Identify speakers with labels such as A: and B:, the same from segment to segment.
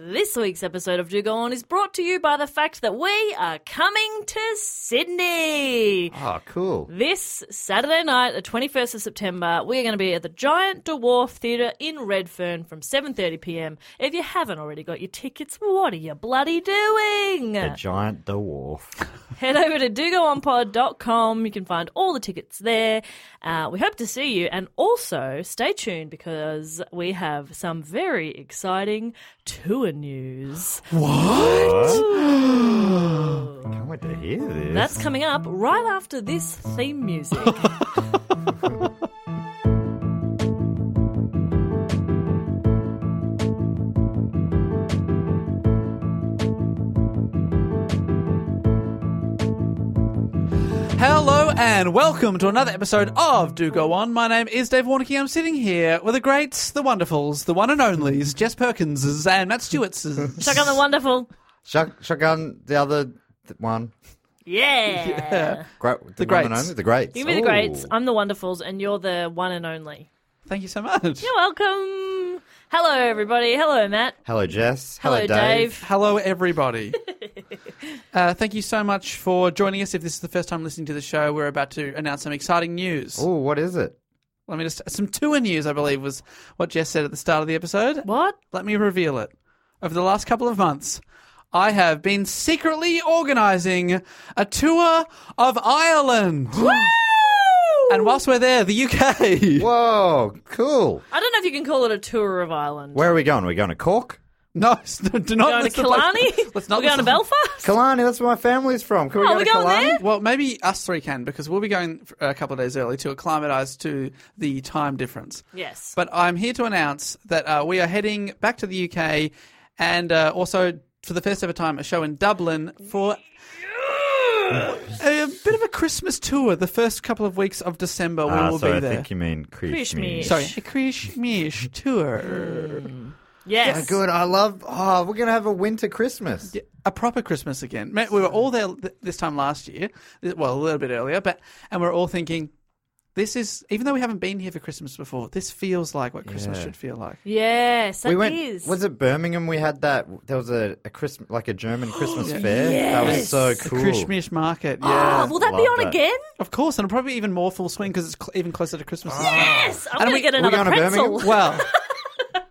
A: This week's episode of Do Go On is brought to you by the fact that we are coming to Sydney.
B: oh, cool.
A: This Saturday night, the 21st of September, we are going to be at the Giant Dwarf Theatre in Redfern from 7:30 p.m. If you haven't already got your tickets, what are you bloody doing?
C: The giant dwarf.
A: Head over to dogoonpod.com. You can find all the tickets there. Uh, we hope to see you. And also stay tuned because we have some very exciting tour news.
C: I want to hear this.
A: That's coming up right after this theme music.
D: Hello and welcome to another episode of Do Go On. My name is Dave Warnicky. I'm sitting here with the greats, the wonderfuls, the one and onlys, Jess Perkins and Matt Stewart's.
A: Chuck on the wonderful.
C: Shot, shotgun, the other th- one.
A: Yeah.
C: Great, the, one
D: greats.
C: and only, the greats.
A: You can be the
C: Ooh.
A: greats. I'm the wonderfuls, and you're the one and only.
D: Thank you so much.
A: You're welcome. Hello, everybody. Hello, Matt.
C: Hello, Jess.
A: Hello, Dave.
D: Hello, everybody. uh, thank you so much for joining us. If this is the first time listening to the show, we're about to announce some exciting news.
C: Oh, what is it?
D: Let me just some tour news. I believe was what Jess said at the start of the episode.
A: What?
D: Let me reveal it. Over the last couple of months, I have been secretly organising a tour of Ireland. And whilst we're there, the UK.
C: Whoa, cool.
A: I don't know if you can call it a tour of Ireland.
C: Where are we going? Are we going to Cork?
D: No, it's- do not
A: We're going
D: list
A: to
D: the place-
A: Killarney?
D: Let's not
A: We're going to
D: list the-
A: Belfast?
C: Killarney, that's where my family's from. Can we
A: Oh,
C: go
A: we're
C: to
A: going
C: Killarney?
A: there?
D: Well, maybe us three can because we'll be going for a couple of days early to acclimatise to the time difference.
A: Yes.
D: But I'm here to announce that uh, we are heading back to the UK and uh, also for the first ever time a show in Dublin for a, bit of a Christmas tour. The first couple of weeks of December we
C: Ah,
D: will
C: so
D: be
C: I
D: there.
C: think you mean Krishmi.
A: Krishmi.
D: Sorry, a Christmas tour.
A: yes.
C: So good. I love. Oh, we're going to have a winter Christmas.
D: a proper Christmas again. Mate, We were all there th- this time last year, th- well, a little bit earlier, but and we are all thinking This is even though we haven't been here for Christmas before, this feels like what Christmas
C: Yeah.
D: should feel like.
A: Yes, that
C: we
A: is.
C: went. Was it Birmingham? We had that. There was a, a Christmas, like a German Christmas fair. That was so
D: The
C: cool.
D: Christmas market, yeah.
A: Ah, will that be
C: Love
A: on
C: that.
A: again?
D: of course, and probably even more full swing because it's cl- even closer to Christmas.
A: Yes, I'm
D: And
A: going
D: we-
A: to get
D: we
A: another
C: going to
A: pretzel.
C: Birmingham?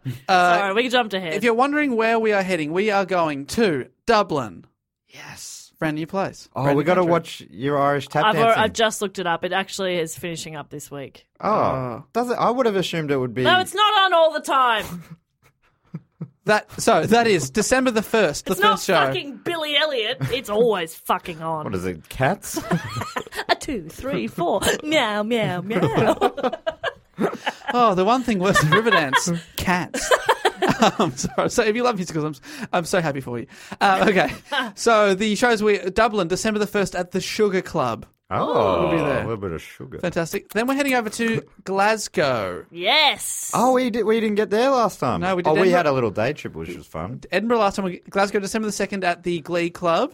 D: Well,
A: Sorry, we jumped ahead.
D: if you're wondering where we are heading, we are going to Dublin. Yes, brand new place.
C: Oh,
D: Brand
C: we
D: new
C: got to
D: country.
C: watch your Irish tap
A: I've, al-
C: dancing.
A: I've just looked it up. It actually is finishing up this week.
C: oh, does it? I would have assumed it would be.
A: No, it's not on all the time.
D: that. So that is December the first, the
A: It's not
D: first show.
A: fucking Billy Elliot. It's always fucking on.
B: What is it? Cats?
C: Oh.
A: A two, three, four. meow, meow, meow.
D: Oh, the one thing worse than Riverdance, cats. I'm sorry. So if you love musicals, I'm, I'm so happy for you. Uh, okay. So the shows we Dublin, December the 1st at the Sugar Club.
B: oh,
D: We'll be there.
B: a little bit of sugar.
D: Fantastic. Then we're heading over to Glasgow.
A: yes.
C: Oh, we did. We didn't get there last time.
D: No, we
C: Oh,
D: did
C: we
D: Denver.
C: had a little day trip, which was fun.
D: Edinburgh last time, we, Glasgow December the 2nd at the Glee Club.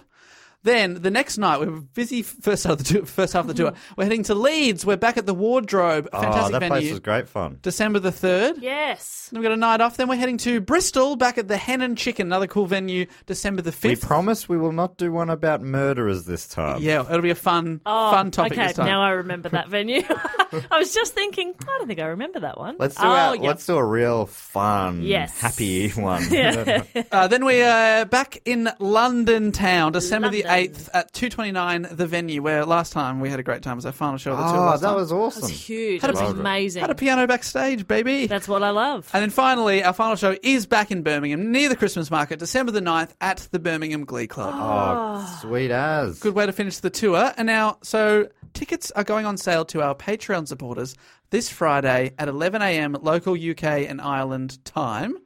D: Then the next night, we were busy first half of the tour. First half of the tour. We're heading to Leeds. We're back at the Wardrobe.
B: oh,
D: Fantastic
B: that
D: venue.
B: place was great fun.
D: December the 3rd.
A: Yes.
D: Then We've got a night off. Then we're heading to Bristol, back at the Hen and Chicken, another cool venue, December the 5th.
B: We promise we will not do one about murderers this time.
D: Yeah, it'll be a fun,
A: Oh,
D: fun topic
A: Okay,
D: this time.
A: now I remember that venue. I was just thinking, I don't think I remember that one.
B: Let's do
A: oh,
B: our,
A: yeah.
B: let's do a real fun,
A: Yes.
B: happy one.
C: Oh,
D: uh, then we are back in London town, December the
A: London.
D: eighth at two twenty nine, the venue where last time we had a great time. It was our final show of
B: Ah,
D: the tour.
C: Oh,
D: last
C: that
D: time.
C: was awesome.
A: It's huge.
D: Had a
A: It's
D: piano-
A: amazing.
D: had a piano backstage, baby.
A: That's what I love.
D: and then finally, our final show is back in Birmingham, near the Christmas market, December the 9th at the Birmingham Glee Club.
C: Oh, sweet as.
D: Good way to finish the tour. And now, so tickets are going on sale to our Patreon supporters this Friday at 11 a.m. local UK and Ireland time.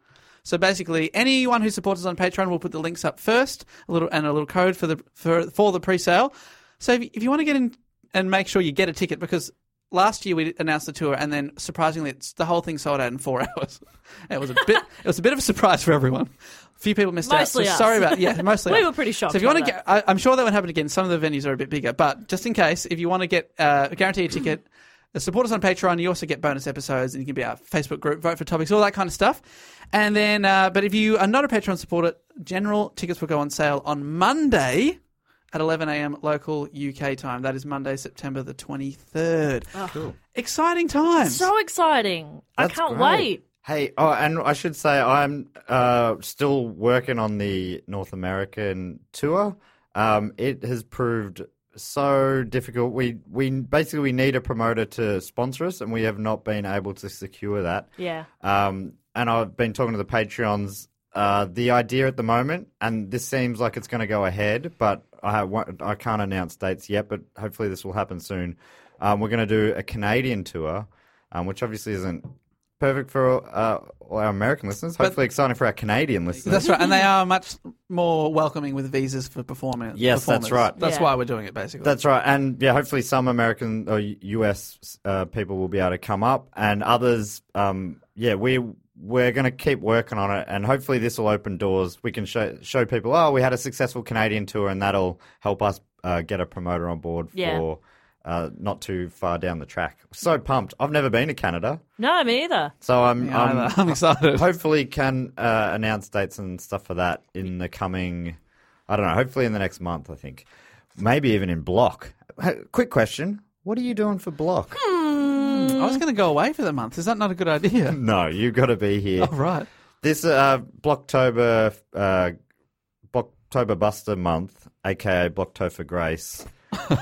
D: So basically, anyone who supports us on Patreon will put the links up first, a little and a little code for the for for the pre-sale. So if, if you want to get in and make sure you get a ticket, because last year we announced the tour and then surprisingly, it's, the whole thing sold out in four hours. It was a bit it was a bit of a surprise for everyone. A few people missed
A: Mostly
D: out. So
A: us.
D: sorry about yeah, mostly
A: We
D: us.
A: were pretty shocked
D: So if you
A: by
D: want to
A: that.
D: get I, I'm sure that won't happen again. Some of the venues are a bit bigger, but just in case, if you want to get uh, guarantee a ticket, uh, support us on Patreon. You also get bonus episodes, and you can be our Facebook group, vote for topics, all that kind of stuff. And then, uh, but if you are not a Patreon supporter, general tickets will go on sale on Monday. At 11 a.m. local UK time. That is Monday, September the 23rd. Exciting times.
A: so exciting. I
C: That's
A: can't
C: great.
A: wait.
C: Hey, oh, and I should say I'm uh, still working on the North American tour. Um, it has proved so difficult. We we basically we need a promoter to sponsor us, and we have not been able to secure that.
A: Yeah.
C: Um, and I've been talking to the Patreons. Uh, the idea at the moment, and this seems like it's going to go ahead, but I, wa- I can't announce dates yet, but hopefully this will happen soon. Um, we're going to do a Canadian tour, um, which obviously isn't perfect for uh, all our American listeners, hopefully exciting for our Canadian listeners.
D: That's right, and they are much more welcoming with visas for performing.
C: Yes, that's
D: performers.
C: right.
D: That's
A: Yeah.
D: why we're doing it, basically.
C: That's right, and yeah, hopefully some American or US uh, people will be able to come up, and others, um, yeah, we we're going to keep working on it, and hopefully this will open doors. We can show show people, oh, we had a successful Canadian tour, and that'll help us uh, get a promoter on board
A: Yeah.
C: for uh, not too far down the track. So pumped! I've never been to Canada,
A: No, me either.
C: so I'm
D: Yeah, I'm,
C: I'm,
D: I'm excited.
C: hopefully can uh, announce dates and stuff for that in the coming i don't know hopefully in the next month i think maybe even in block Hey, quick question what are you doing for block
D: I was going to go away for the month. Is that not a good idea?
C: no you got to be here
D: oh, right.
C: this uh blocktober uh blocktober buster month aka blocktober for grace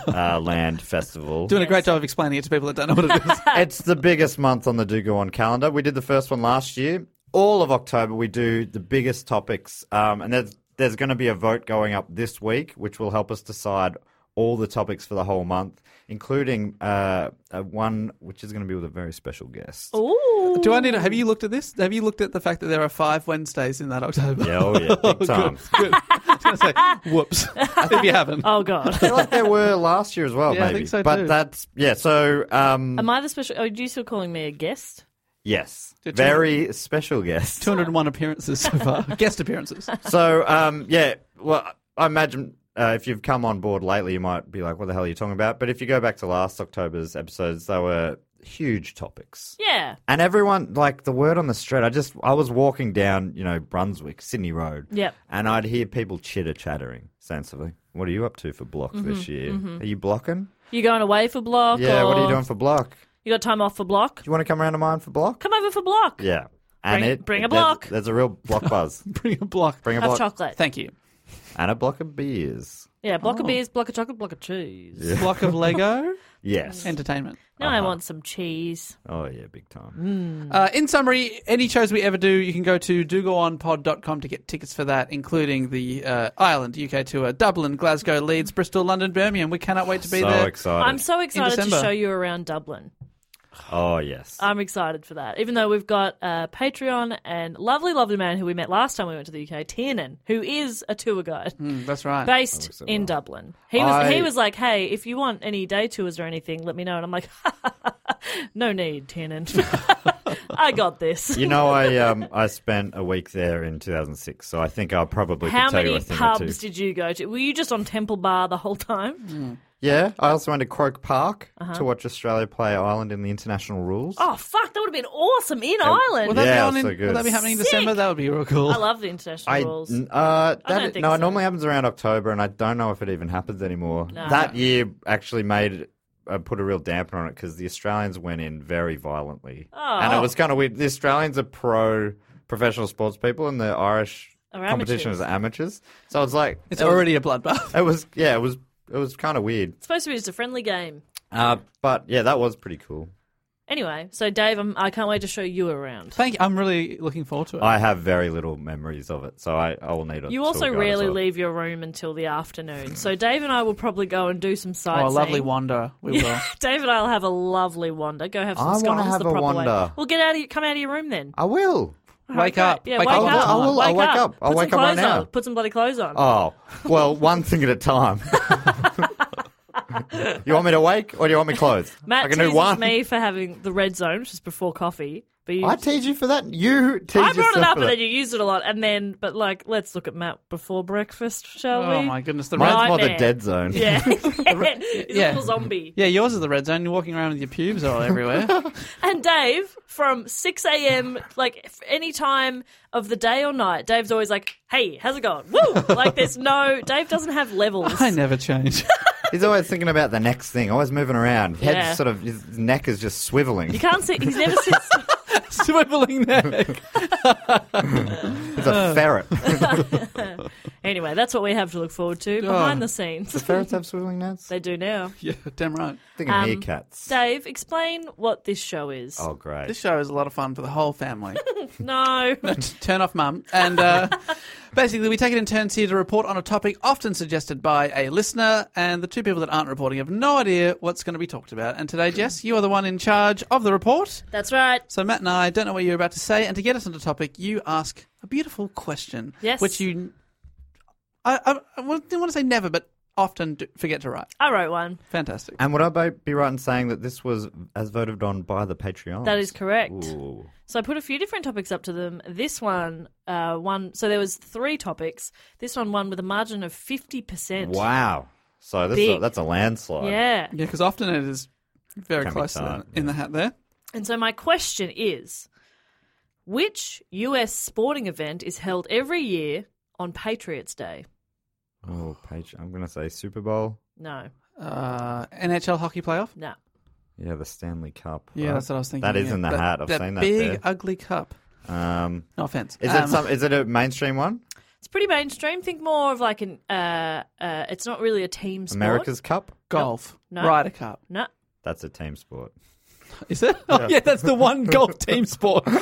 C: uh, land festival
D: Doing a great job of explaining it to people that don't know what it is.
C: it's the biggest month on the Do Go On calendar. We did the first one last year. All of October, we do the biggest topics, um, and there's there's going to be a vote going up this week, which will help us decide all the topics for the whole month, including uh, uh, one which is going to be with a very special guest.
A: Oh. Ooh.
D: Do I need to, have you looked at this? Have you looked at the fact that there are five Wednesdays in that October?
C: Yeah, oh yeah, big time.
D: good. I was going to say, whoops, if you haven't.
A: Oh, God.
C: I feel like there were last year as well,
D: Yeah, I
C: maybe.
D: think so
C: but
D: too.
C: that's yeah. So um,
A: Am I the special? oh, Are you still calling me a guest?
C: yes,
D: Did you-
C: very special guest.
D: 201 appearances so far, guest appearances.
C: So um, yeah, well, I imagine uh, if you've come on board lately, you might be like, what the hell are you talking about? But if you go back to last October's episodes, they were huge topics.
A: Yeah.
C: And everyone, like the word on the street, I just, I was walking down, you know, Brunswick, Sydney Road.
A: Yep.
C: And I'd hear people chitter chattering sensibly. What are you up to for block this year? Are you blocking?
A: You going away for Mm-hmm, block?
C: yeah, what are you
A: or
C: doing for block? Do
A: You got time off for block?
C: you want to come around to mine for block?
A: Come over for block.
C: Yeah. And
A: Bring-
C: it
A: bring a
C: there's-
A: block.
C: There's a real block buzz.
D: Bring a block.
C: Bring a
A: Have
C: block
A: chocolate.
D: Thank you.
C: and a block of beers.
A: Yeah, block of beers, block of chocolate, block of cheese.
D: Block of Lego
C: Yes.
D: entertainment.
A: Now
C: Uh-huh.
A: I want some cheese.
C: Oh yeah,
A: Mm,
C: big time.
D: Uh, in summary, any shows we ever do, you can go to dogoonpod.com to get tickets for that, including the uh, Ireland UK tour, Dublin, Glasgow, Leeds, Bristol, London, Birmingham. We cannot wait to be
C: So
D: there.
C: excited.
A: I'm so excited to
D: December.
A: show you around Dublin.
C: oh yes.
A: I'm excited for that. Even though we've got uh, Patreon and lovely, lovely man who we met last time we went to the UK, Tiernan, who is a tour guide.
D: Mm, that's right.
A: based in Dublin. He was
C: Hmm. Oh, I-
A: he was like, "Hey, if you want any day tours or anything, let me know." And I'm like, "No need, tenant. I got this."
C: you know, I um I spent a week there in 2006, so I think I'll probably
A: How
C: could tell you
A: many
C: a thing or two. Hmm.
A: pubs did you go to? Were you just on Temple Bar the whole time?
C: yeah, I also went to Croke Park to watch Australia play Ireland in the international rules.
A: Uh-huh. Oh fuck, that would have been awesome in Ireland.
D: will, that be
C: Yeah,
D: on in,
C: so
D: will
C: good.
D: that be happening in
A: Sick.
D: December? That would be real cool.
A: I love the international
C: I,
A: rules.
C: n- uh, that,
A: don't think
C: no,
A: so.
C: it normally happens around October, and I don't know if it even happens anymore. That year actually made uh, put a real damper on it because the Australians went in very violently, and
A: Oh.
C: it was kind of weird. The Australians are pro professional sports people, and the Irish
A: Are
C: competition
A: amateurs.
C: is amateurs. So it's like
D: it's already a bloodbath.
C: it was, yeah, it was it was kind of weird,
A: it's supposed to be just a friendly game.
C: uh, but yeah, that was pretty cool.
A: Anyway, so Dave, I'm, I can't wait to show you around.
D: Thank you. I'm really looking forward to it.
C: I have very little memories of it, so I, I will need a
A: You
C: tour
A: also
C: guide as
A: rarely
C: well.
A: leave your room until the afternoon, so Dave and I will probably go and do some
D: oh,
A: sightseeing.
D: a lovely wander. We will.
A: Dave and I'll have a lovely wander. Go have some
C: I wanna
A: scones
C: have
A: the
C: a
A: proper way.
C: wander.
A: Well, get out of your, come out of your room then.
C: I will.
D: wake
A: Okay.
D: up.
A: Yeah,
D: wake
A: wake,
D: up.
A: up.
C: I'll- I'll- I'll wake up. I'll
A: Put
C: wake
A: some
C: up right
A: clothes
C: now.
A: On. Put some bloody clothes on.
C: Oh, well, one thing at a time. you want me to wake or do you want me clothed?
A: Matt
C: I can do
A: teases
C: one.
A: me for having the red zone, which is before coffee. But you,
C: I tease you for that. You tease
A: I brought it
C: yourself
A: up and
C: for that.
A: then you used it a lot, and then but like let's look at Matt before breakfast, shall
D: Oh
A: we?
D: my goodness, the red.
C: Mine's more the
A: Nightmare.
C: dead zone.
A: Yeah, he's
D: Yeah.
A: a little zombie.
D: Yeah, yours is the red zone. You're walking around with your pubes all everywhere.
A: And Dave, from 6 a.m., like f- any time of the day or night, Dave's always like, hey, how's it going? Woo! Like, there's no, Dave doesn't have levels.
D: I never change.
C: He's always thinking about the next thing, always moving around. Head
A: Yeah.
C: sort of, his neck is just swiveling.
A: You can't see, he's never sits.
D: Swiveling neck.
C: He's a ferret.
A: Anyway, that's what we have to look forward to behind the scenes.
C: Ferrets have swiveling necks?
A: They do now.
D: Yeah, damn right.
C: Think of meerkats.
A: Dave, explain what this show Um, is.
C: Oh, great.
D: This show is a lot of fun for the whole family.
A: No.
D: Turn off, mum. And uh, basically, we take it in turns here to report on a topic often suggested by a listener, and the two people that aren't reporting have no idea what's going to be talked about. And today, Jess, you are the one in charge of the report.
A: That's right.
D: So Matt and I don't know what you're about to say, and to get us on the topic, you ask a beautiful question,
A: Yes.
D: which you, I, I, I didn't want to say never, but often do, forget to write.
A: I wrote one.
D: Fantastic.
C: And would I be- be right in saying that this was as voted on by the Patreon?
A: That is correct.
C: Ooh.
A: So I put a few different topics up to them. This one, uh, one, so there was three topics. This one won with a margin of 50%.
C: Wow. So this is a,
A: Big.
C: that's a landslide.
A: Yeah.
D: Yeah, because often it is very
C: Can be
D: close to
C: tart,
D: the- in the hat there.
A: And so my question is which US sporting event is held every year on Patriots Day?
C: Oh, Patreon. I'm going to say Super Bowl.
A: No.
D: Uh, NHL hockey playoff.
A: No.
C: Yeah, the Stanley Cup.
D: Yeah,
C: right?
D: that's what I was thinking.
C: That is
D: yeah.
C: in the hat. I've
D: that
C: seen that
D: big
C: there.
D: ugly cup.
C: Um,
D: No offense.
C: is
D: Um,
C: it some? Is it a mainstream one?
A: It's pretty mainstream. Think more of like an uh uh it's not really a team sport.
C: America's Cup.
D: golf?
A: No.
D: Ryder Cup.
A: No.
C: That's a team sport.
D: Is it? Oh, yeah. that's the one golf team sport. Sorry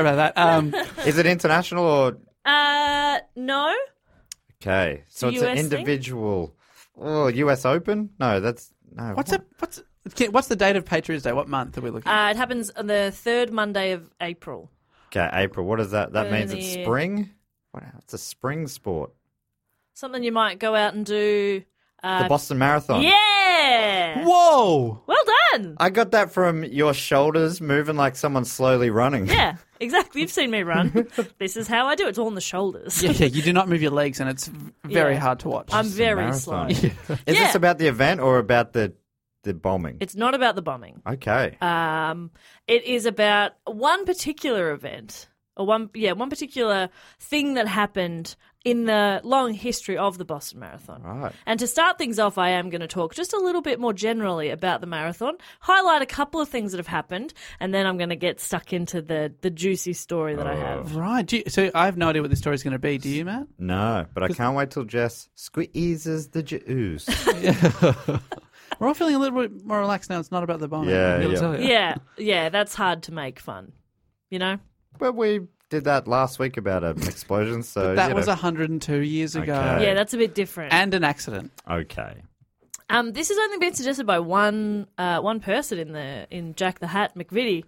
D: about that. Um,
C: Is it international or
A: Uh no.
C: okay? So
A: It's
C: it's
A: a
C: an
A: US thing?
C: individual. Oh, U.S. Open? No, that's no.
D: what's
C: what-
D: it? What's okay, what's the date of Patriots Day? What month are we looking? at?
A: Uh it happens on the third Monday of April.
C: Okay, April. What is that? That means it's
A: Early-
C: spring. What? It's a spring sport.
A: Something you might go out and do uh
C: The Boston Marathon.
A: Yeah, Yeah.
E: Whoa!
A: Well done.
C: I got that from your shoulders moving like someone slowly running.
A: Yeah, exactly. You've seen me run. this is how I do it. It's all on the shoulders.
D: Yeah, yeah, you do not move your legs, and it's v- very
A: Yeah. Um,
D: hard to watch.
A: I'm very slow.
C: marathon. Is
A: Yeah.
C: this about the event or about the the bombing?
A: It's not about the bombing.
C: okay.
A: Um, it is about one particular event, or one yeah, one particular thing that happened in the long history of the Boston Marathon.
C: Right.
A: And to start things off, I am going to talk just a little bit more generally about the marathon, highlight a couple of things that have happened, and then I'm going to get stuck into the the juicy story that I
C: Oh,
A: have.
D: right. Do you, so I have no idea what this story's going to be. Do you, Matt?
C: no, but I can't wait till Jess squeezes the juice.
D: We're all feeling a little bit more relaxed now. It's not about the bombing.
C: Yeah,
D: I'll
C: yeah.
D: tell you.
A: Yeah, yeah, that's hard to make fun, you know.
C: but we did that last week about an explosion, so
D: That
C: you
D: was
C: know.
D: 102 years ago.
C: Okay.
A: Yeah, that's a bit different.
D: And an accident.
C: okay.
A: Um, this has only been suggested by one uh, one person in the in Jack the Hat McVitie.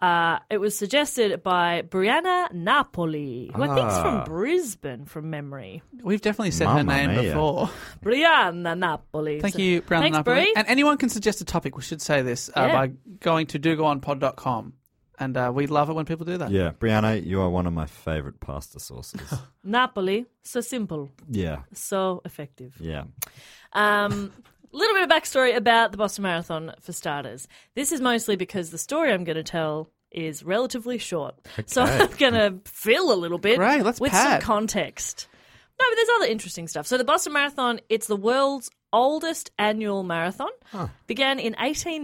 A: Uh, it was suggested by Brianna Napoli, who I think's
D: Ah.
A: from Brisbane from memory.
D: We've definitely said
C: Mamma
D: her name
C: mia.
D: before.
A: Brianna Napoli.
D: Thank
A: So-
D: you, Brown
A: Thanks,
D: and Napoli.
A: Bri.
D: And anyone can suggest a topic. We should say this uh,
A: Yeah.
D: by going to dogoonpod.com. And uh, we love it when people do that.
C: Yeah, Brianna, you are one of my favorite pasta sauces.
A: Napoli, so simple,
C: yeah,
A: so effective.
C: yeah.
A: Um, little bit of backstory about the Boston Marathon for starters. This is mostly because the story I'm going to tell is relatively short, so
C: Okay.
A: I'm going to fill a little bit
D: Great, let's
A: with some
D: pad.
A: context. No, but there's other interesting stuff. So the Boston Marathon, it's the world's oldest annual marathon. Began in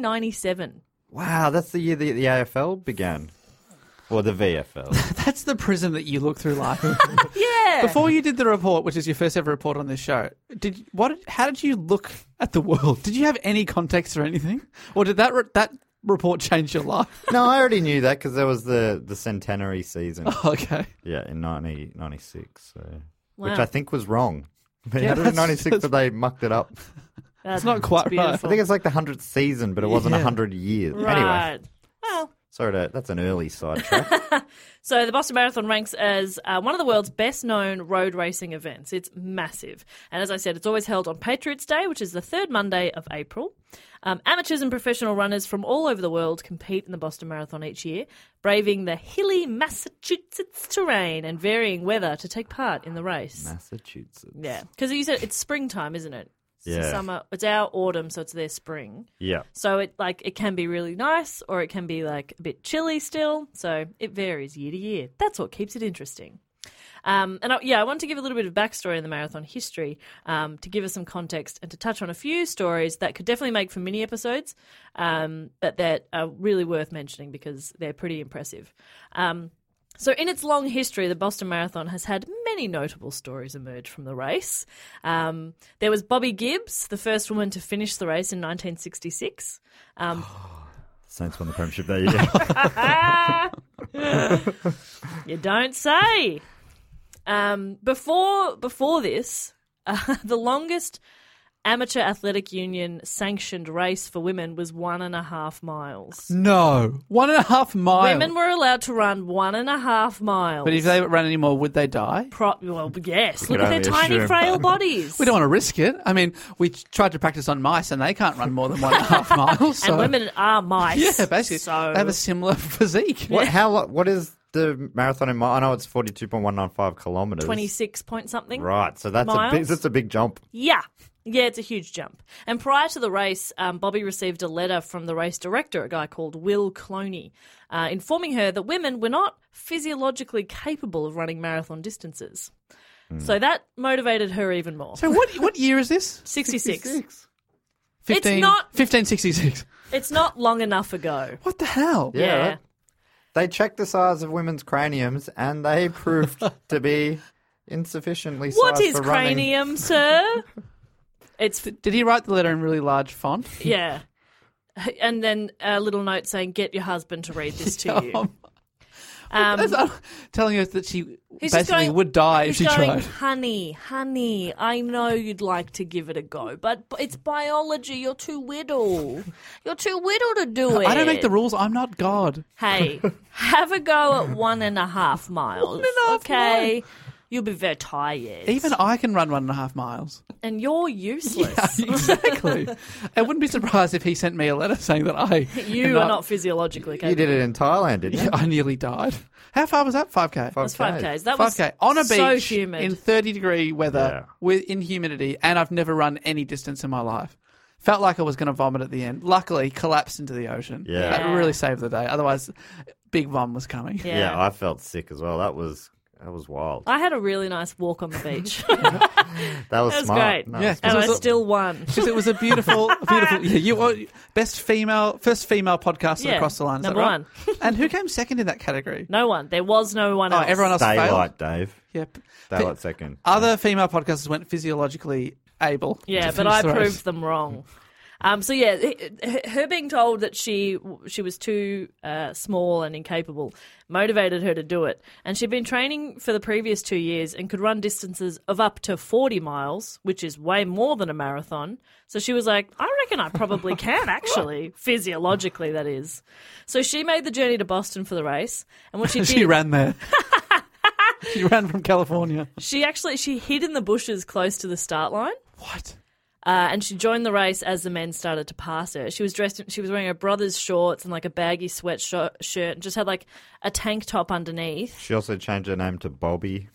A: 1897.
C: Wow, that's the year the, the AFL began, or the VFL.
D: That's the prism that you look through life.
A: Yeah.
D: Before you did the report, which is your first ever report on this show, did what? How did you look at the world? Did you have any context or anything, or did that re- that report change your life?
C: no, I already knew that because there was the the centenary season.
D: Okay,
C: Yeah, in 90, 96. So. Which
A: Wow.
C: I think was wrong. They
D: Yeah,
C: had it in
D: that's-
C: 96, but they mucked it up.
A: That's
D: not quite right.
C: I think it's like the 100th season, but it wasn't a
D: Yeah.
C: 100 years. Anyway,
A: Right. Well,
C: sorry, to, that's an early sidetrack.
A: So the Boston Marathon ranks as uh, one of the world's best known road racing events. It's massive. And as I said, it's always held on Patriots Day, which is the third Monday of April. Um, amateurs and professional runners from all over the world compete in the Boston Marathon each year, braving the hilly Massachusetts terrain and varying weather to take part in the race.
C: Massachusetts.
A: Yeah, because you said it's springtime, isn't it? It's the
C: Yeah.
A: summer. It's our autumn, so it's their spring.
C: Yeah.
A: So it like it can be really nice or it can be like a bit chilly still. So it varies year to year. That's what keeps it interesting. Um, and I, yeah, I want to give a little bit of backstory in the marathon history um, to give us some context and to touch on a few stories that could definitely make for mini episodes, um, but that are really worth mentioning because they're pretty impressive. Um, so, in its long history, the Boston Marathon has had many notable stories emerge from the race. Um, there was Bobby Gibbs, the first woman to finish the race in 1966.
C: Saints won the premiership that year.
A: You don't say. Um, before before this, uh, the longest amateur athletic union sanctioned race for women was one and a half miles.
D: no, one and a half mile.
A: Women were allowed to run one and a half miles.
D: but if they ran any more, would they die?
A: Pro- well, yes.
C: We
A: Look
C: can
A: at their
C: only
A: tiny,
C: assume.
A: frail bodies.
D: We don't want to risk it. I mean, we tried to practice on mice, and they can't run more than one and a half miles. So.
A: and women are mice.
D: yeah, basically,
A: So
D: they have a similar physique.
C: what, how, lo- what is the marathon in mile? I know it's 42.195 kilometres.
A: 26 point something.
C: Right, so that's a, big,
A: Miles?
C: that's a big jump.
A: Yeah. Yeah, it's a huge jump. And prior to the race, um, Bobby received a letter from the race director, a guy called Will Cloney, uh, informing her that women were not physiologically capable of running marathon distances.
C: Hmm.
A: So that motivated her even more.
D: So what? What year is this?
A: 66.
D: Fifteen.
A: not-
D: fifteen sixty-six.
A: It's not long enough ago.
D: What the hell?
C: Yeah. that- They checked the size of women's craniums and they proved to be insufficiently sized
A: What is
C: for running.
A: cranium, sir? It's
D: Did he write the letter in really large font?
A: yeah. And then a little note saying, "Get your husband to read this to you."
D: Um,
A: Um,
D: That's not- telling us that she
A: He's
D: basically
A: just going-
D: would die if
A: he's
D: she
A: going,
D: tried.
A: Honey, honey, I know you'd like to give it a go, but b- it's biology. You're too whittle. You're too whittle to do it.
D: I don't make the rules. I'm not God.
A: Hey, have a go at one and a half miles.
D: and a half
A: okay. You'll be very tired.
D: Even I can run one and a half miles.
A: and you're useless.
D: exactly. I wouldn't be surprised if he sent me a letter saying that I
A: You
D: am
A: are not physiologically capable.
C: You did it in Thailand, didn't you?
D: Yeah, I nearly died. How far was that? Five k.
C: Five
A: That's five k's. That
D: Five
A: was
D: k on a beach
A: so humid.
D: in thirty degree weather with in humidity, and I've never run any distance in my life. Felt like I was going to vomit at the end. Luckily, collapsed into the ocean.
C: Yeah.
D: that really saved the day. Otherwise, big vom was coming.
A: yeah. Ah,
C: Yeah. I felt sick as well. That was that was wild.
A: I had a really nice walk on the beach,
C: That was,
A: That was
C: smart.
A: great.
C: No,
D: Yeah,
C: it's
A: and I
D: was a-
A: still won.
D: Because it was a beautiful, beautiful. Yeah, you are best female, first female podcast that
A: Yeah,
D: across the line. Is
A: number
D: that right? and who came second in that category?
A: No one. There was no one
D: Oh,
A: else.
D: everyone else failed.
C: Daylight, Dave.
D: Yep.
C: Daylight second.
D: Other female podcasters went physiologically able.
A: Yeah,
D: to
A: but
D: finish
A: I
D: the race.
A: proved them wrong. Um, so yeah, it- it- her being told that she she was too uh, small and incapable motivated her to do it, and she'd been training for the previous two years and could run distances of up to forty miles, which is way more than a marathon. So she was like, "I reckon I probably can actually, physiologically, that is." So she made the journey to Boston for the race, and what she did,
D: she ran there. she ran from California.
A: she actually she hid in the bushes close to the start line.
D: What?
A: Uh, and she joined the race as the men started to pass her. She was dressed. In, she was wearing her brother's shorts and like a baggy sweatshirt, shirt, and just had like a tank top underneath.
C: She also changed her name to Bobby.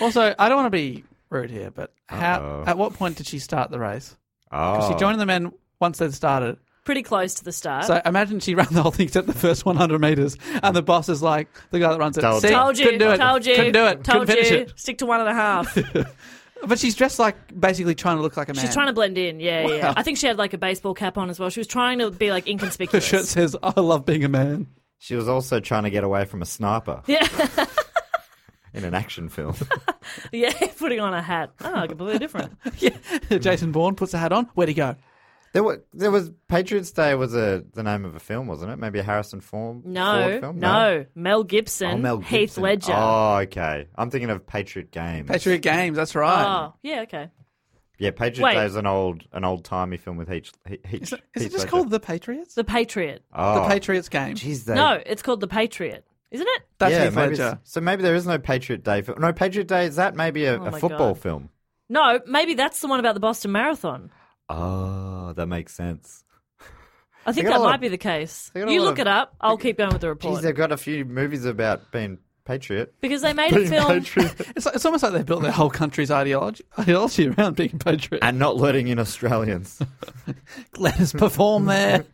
D: Also, I don't want to be rude here, but how? At what point did she start the race?
C: Oh,
D: She joined the men once they'd started.
A: Pretty close to the start.
D: So imagine she ran the whole thing except the first 100 meters, and the boss is like, the guy that runs it.
C: Told
D: "See?
C: you.
A: told you.
D: Couldn't do it.
A: Told you.
D: Couldn't do it.
A: Told
D: Couldn't finish
A: you.
D: it.
A: Stick to one and a half.
D: But she's dressed like basically trying to look like a man.
A: She's trying to blend in. Yeah, yeah, yeah. I think she had like a baseball cap on as well. She was trying to be like
D: Her shirt
A: inconspicuous.
D: says, "I love being a man."
C: She was also trying to get away from a sniper
A: yeah,
C: in an action film.
A: yeah. Putting on a hat. Oh, completely different.
D: yeah. Jason Bourne puts a hat on. Where'd he go?
C: there was there was Patriots Day was a the name of a film, wasn't it? Maybe a Harrison Form.
A: No,
C: Ford
A: no,
C: film?
A: Mel Gibson,
C: Oh, Mel
A: Heath
C: Gibson.
A: Ledger.
C: Oh, okay. I'm thinking of Patriot Games.
D: Patriot Games. That's right.
A: Oh, yeah. Okay.
C: yeah, Patriot
A: Wait.
C: Day is an old an old timey film with Heath. Heath
D: Is it, is it just called The Patriots?
A: The Patriot.
C: oh.
D: The Patriots Game.
C: Jeez, they,
A: No, it's called The Patriot, isn't it?
D: That's
C: yeah,
D: Heath
C: maybe,
D: Ledger.
C: so maybe there is no Patriot Day. Film. No, Patriot Day is that maybe a,
A: Oh
C: a
A: my
C: football
A: God.
C: film?
A: No, maybe that's the one about the Boston Marathon.
C: Oh, that makes sense.
A: I think
C: They
A: that
C: got a lot
A: might
C: of-
A: be the case.
C: they got a
A: You
C: lot
A: look
C: of-
A: it up. I'll keep going with the
C: Jeez,
A: report
C: they've got a few movies about being patriot.
A: because they made a
C: Being
A: film.
C: patriot.
D: It's, like- it's almost like they built their whole country's ideology, ideology around being patriot.
C: and not letting in Australians.
D: let us perform there.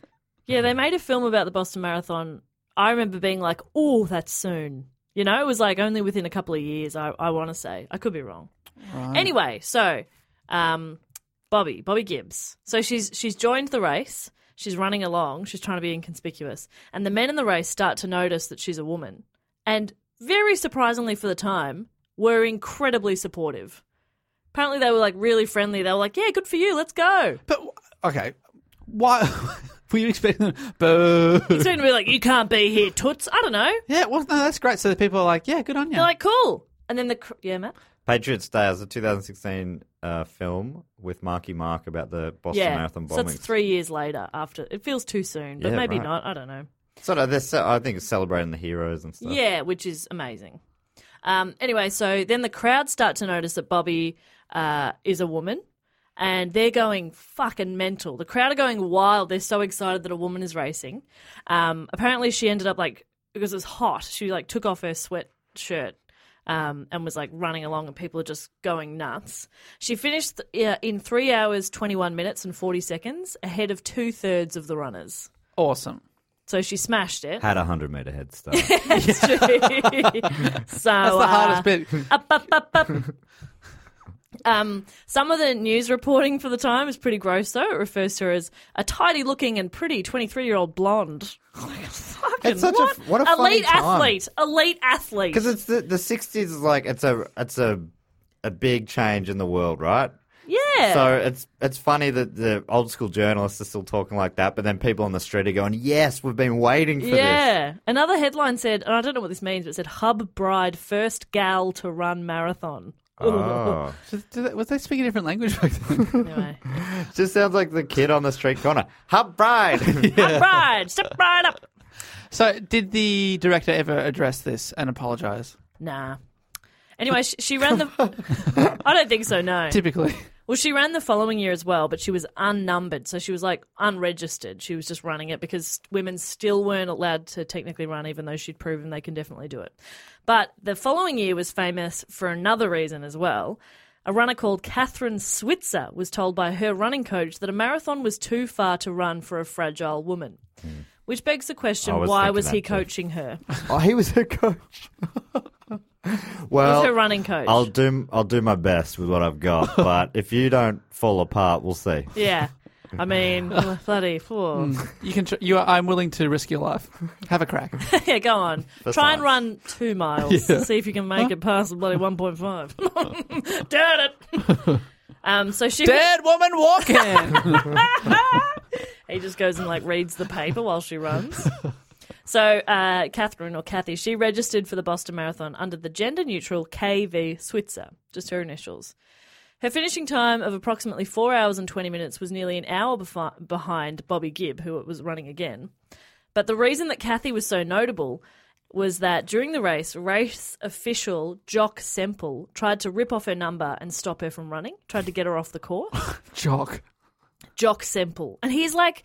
A: Yeah, they made a film about the Boston Marathon. I remember being like, "Oh, that's soon." You know, it was like only within a couple of years. I, I want to say I could be wrong. Anyway, so um, Bobby, Bobby Gibbs. So she's she's joined the race. She's running along. She's trying to be inconspicuous, and the men in the race start to notice that she's a woman, and very surprisingly for the time, were incredibly supportive. Apparently, they were like really friendly. They were like, "Yeah, good for you. Let's go."
D: But okay, why were you expecting them? Boo.
A: It's going to be like, "You can't be here, toots." I don't know.
D: Yeah, well, no, that's great. So the people are like, yeah, good on you.
A: They're like, "Cool," and then the cr- yeah, Matt.
C: Patriots Day is a 2016 uh, film with Marky Mark about the Boston
A: yeah,
C: Marathon
A: so
C: bombing.
A: it's three years later. After it feels too soon, but
C: Yeah,
A: maybe
C: right.
A: not. I don't know.
C: Sort of, they're ce- I think it's celebrating the heroes and stuff.
A: Yeah, which is amazing. Um, anyway, so then the crowd start to notice that Bobby uh, is a woman, and they're going fucking mental. The crowd are going wild. They're so excited that a woman is racing. Um, apparently, she ended up like because it was hot. She like took off her sweatshirt. Um, and was like running along, and people are just going nuts. She finished uh, in three hours, 21 minutes, and 40 seconds ahead of two thirds of the runners.
D: awesome.
A: So she smashed it.
C: Had a 100 meter head start.
A: That's true. so that's
D: That's the hardest bit.
A: Up, up, up, up. um, some of the news reporting for the time is pretty gross, though. It refers to her as a tidy-looking and pretty 23-year-old blonde. Like, fucking
C: It's such a-
A: what?
C: what a funny
A: elite
C: time.
A: athlete, elite athlete.
C: Because it's the, the 60s is like, it's a, it's a, a big change in the world, right?
A: yeah,
C: So it's it's funny that the old school journalists are still talking like that, but then people on the street are going, "Yes, we've been waiting for this."
A: yeah. Another headline said, and I don't know what this means, but it said "Hub Bride first gal to run marathon."
C: Oh.
D: Did- did they- was they speaking a different language back then?
A: Anyway,
C: Just sounds like the kid on the street corner. Hub bride.
A: Hub Bride, step right up.
D: so did the director ever address this and apologise?
A: Nah. Anyway, she, she ran the. I don't think so. No.
D: Typically.
A: Well, she ran the following year as well, but she was unnumbered, so she was like unregistered. She was just running it because women still weren't allowed to technically run, even though she'd proven they can definitely do it. But the following year was famous for another reason as well. A runner called Catherine Switzer was told by her running coach that a marathon was too far to run for a fragile woman. Which begs the question
C: Hmm. I was
A: why
C: thinking
A: was he
C: that too.
A: coaching her?
C: Oh, he was her coach.
A: He
C: well,
A: was her running coach.
C: I'll do I'll do my best with what I've got, but if you don't fall apart, we'll see.
A: Yeah. I mean, bloody fool.
D: You can. Tr- you are, I'm willing to risk your life. Have a crack.
A: yeah, go on. Try and
C: science.
A: run two miles. See if you can make it past the bloody 1.5. Dad it. Um, so she
D: Dead woman walking.
A: he just goes and like reads the paper while she runs. So uh, Catherine or Kathy, she registered for the Boston Marathon under the gender neutral KV Switzer, just her initials. Her finishing time of approximately four hours and twenty minutes was nearly an hour befi- behind Bobby Gibb, who was running again. But the reason that Kathy was so notable was that during the race, race official Jock Semple tried to rip off her number and stop her from running, tried to get her off the course.
D: Jock.
A: Jock Semple, and he's like,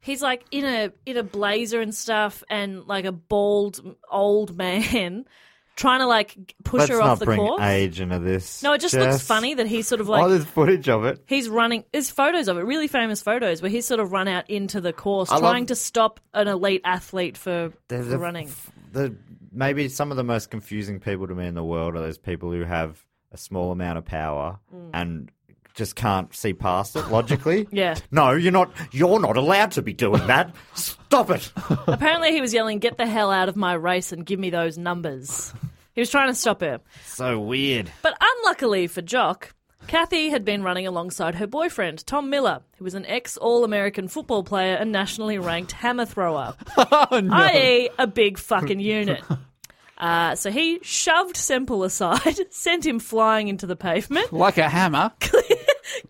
A: he's like in a in a blazer and stuff, and like a bald old man trying to like g- push
C: Let's
A: her
C: not
A: off the
C: bring
A: course.
C: age into this.
A: no, it just looks
C: Jess.
A: funny that he's sort of
C: oh,
A: like.
C: there's footage of it.
A: He's running. There's photos of it, really famous photos, where he's sort of run out into the course,
C: I love-
A: trying to stop an elite athlete for,
C: There's
A: for
C: a-
A: running.
C: The maybe some of the most confusing people to me in the world are those people who have a small amount of power
A: Mm.
C: and just can't see past it logically.
A: Yeah.
C: No, you're not. You're not allowed to be doing that. Stop it.
A: Apparently, he was yelling, "Get the hell out of my race and give me those numbers." He was trying to stop her.
C: So weird.
A: But unluckily for Jock, Kathy had been running alongside her boyfriend, Tom Miller, who was an ex All American football player and nationally ranked hammer thrower, i.e., a big fucking unit. Uh, so he shoved Semple aside, sent him flying into the pavement,
D: Like a hammer.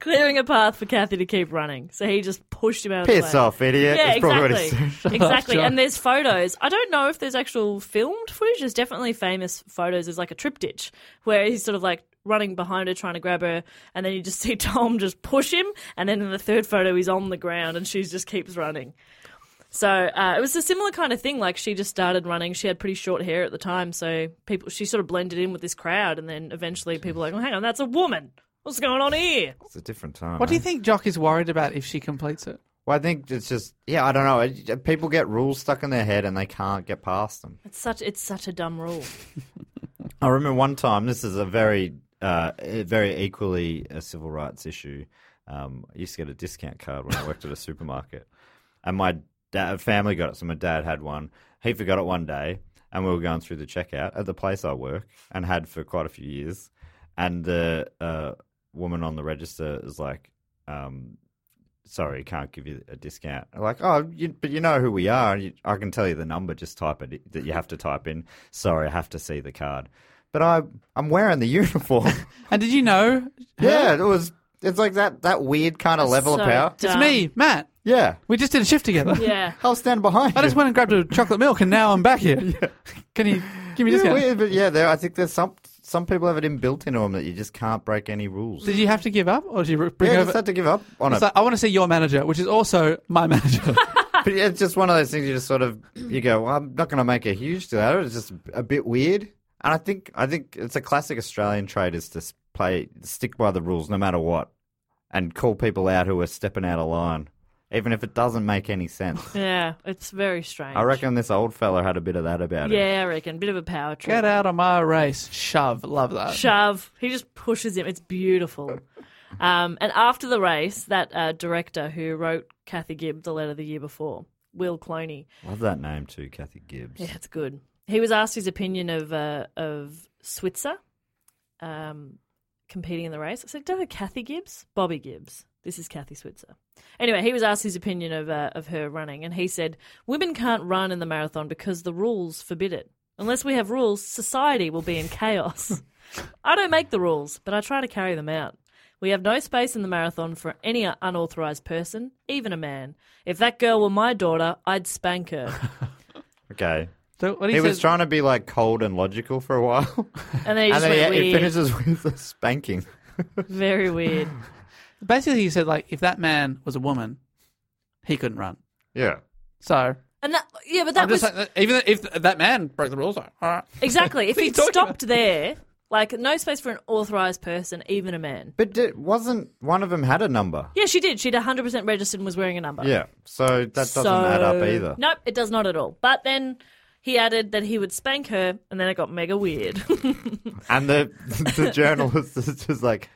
A: clearing a path for Kathy to keep running. So he just pushed him out of the way.
C: Piss off, idiot.
A: Yeah,
C: It's probably what he said.
A: exactly. exactly. And there's photos. I don't know if there's actual filmed footage. There's definitely famous photos. There's like a triptych where he's sort of like running behind her trying to grab her and then you just see Tom just push him and then in the third photo he's on the ground and she just keeps running. So uh, it was a similar kind of thing. Like she just started running. She had pretty short hair at the time, so people she sort of blended in with this crowd, and then eventually people were like, "Oh, hang on, that's a woman. What's going on here?"
C: It's a different time.
D: What do you
C: eh?
D: think Jock is worried about if she completes it?
C: Well, I think it's just yeah. I don't know. It- People get rules stuck in their head and they can't get past them.
A: It's such it's such a dumb rule.
C: I remember one time. This is a very, uh, a very equally a civil rights issue. Um, I used to get a discount card when I worked at a supermarket, and my da family got it. So my dad had one. He forgot it one day, and we were going through the checkout at the place I work and had for quite a few years. And the uh, woman on the register is like, um, sorry, can't give you a discount. I'm like, oh, you, but you know who we are. You, I can tell you the number. Just type it that you have to type in. Sorry, I have to see the card. But I, I'm wearing the uniform.
D: And did you know?
C: yeah, it was. It's like that that weird kind of level
A: so
C: of power.
A: dumb.
D: It's me, Matt.
C: Yeah,
D: We just did a shift together.
A: Yeah.
C: I'll stand behind.
D: I just
C: you.
D: went and grabbed a chocolate milk, and now I'm back here. Can you give me a
C: yeah,
D: discount?
C: weird, but yeah, there. I think there's some some people have it in built into them that you just can't break any rules.
D: Did you have to give up, or did you re- bring
C: yeah, you
D: over?
C: just had to give up on
D: It's
C: it.
D: like, I want to see your manager, which is also my manager.
C: But it's just one of those things you just sort of you go, well, I'm not going to make a huge deal out of it. It's just a bit weird. And I think I think it's a classic Australian trait is to s- play stick by the rules no matter what, and call people out who are stepping out of line, even if it doesn't make any sense.
A: Yeah, it's very strange.
C: I reckon this old fella had a bit of that about him.
A: Yeah, I reckon. Bit of a power trip.
D: Get out of my race. Shove. Love that.
A: Shove. He just pushes him. It's beautiful. Um, and after the race, that uh, director who wrote Kathy Gibb the letter the year before, Will Cloney,
C: Love that name too, Kathy Gibbs.
A: yeah, it's good. He was asked his opinion of uh, of Switzer um, competing in the race. I said, "Don't know Kathy Gibbs, Bobby Gibbs. This is Kathy Switzer." Anyway, he was asked his opinion of uh, of her running, and he said, "Women can't run in the marathon because the rules forbid it. Unless we have rules, society will be in chaos." I don't make the rules, but I try to carry them out. We have no space in the marathon for any unauthorized person, even a man. If that girl were my daughter, I'd spank her.
C: Okay,
D: So what do
C: He,
D: you
C: was
D: say?
C: trying to be like cold and logical for a while,
A: And then he
C: and
A: just went
C: then he, he
A: weird.
C: finishes with a spanking.
A: Very weird.
D: Basically, he said like if that man was a woman, he couldn't run.
C: Yeah,
D: So
A: And that, yeah, but
D: I'm
A: that was
D: just saying, even if that man broke the rules, like, all right.
A: exactly. If
D: What are you
A: he'd
D: talking
A: stopped there, like no space for an authorized person, even a man.
C: but it wasn't one of them had a number?
A: Yeah, she did. She'd 100% registered and was wearing a number.
C: Yeah, so that doesn't add up
A: So-
C: either.
A: Nope, it does not at all. But then he added that he would spank her, and then it got mega weird.
C: And the the journalist is just like,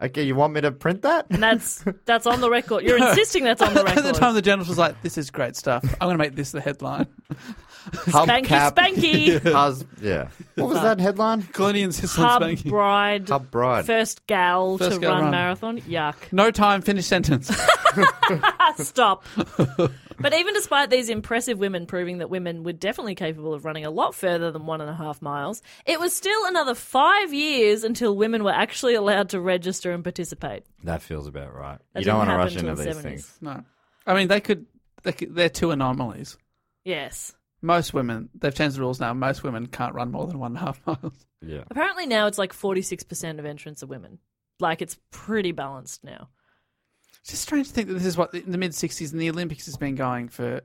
C: okay, you want me to print that?
A: that's that's on the record. You're insisting that's on the
D: At
A: record.
D: the time, the journalist was like, "This is great stuff. I'm going to make this the headline."
A: spanky, spanky,
C: Hus- yeah. What was that headline?
D: Colony insists on
A: hub
D: spanking.
A: bride,
C: Hub bride.
A: first gal
D: First
A: to
D: gal
A: run,
D: run.
A: marathon. Yuck.
D: No time, finished sentence.
A: Stop. but even despite these impressive women proving that women were definitely capable of running a lot further than one and a half miles, it was still another five years until women were actually allowed to register and participate.
C: That feels about right.
A: That
C: you don't want
A: didn't
C: to rush
A: happen
C: into
A: till the
C: these
A: 70s.
C: things.
D: no, I mean they could, they could. They're two anomalies.
A: Yes.
D: Most women, they've changed the rules now. Most women can't run more than one and a half miles.
C: Yeah.
A: Apparently now it's like 46% of entrants are women. Like it's pretty balanced now.
D: It's just strange to think that this is what in the mid '60s and the Olympics has been going for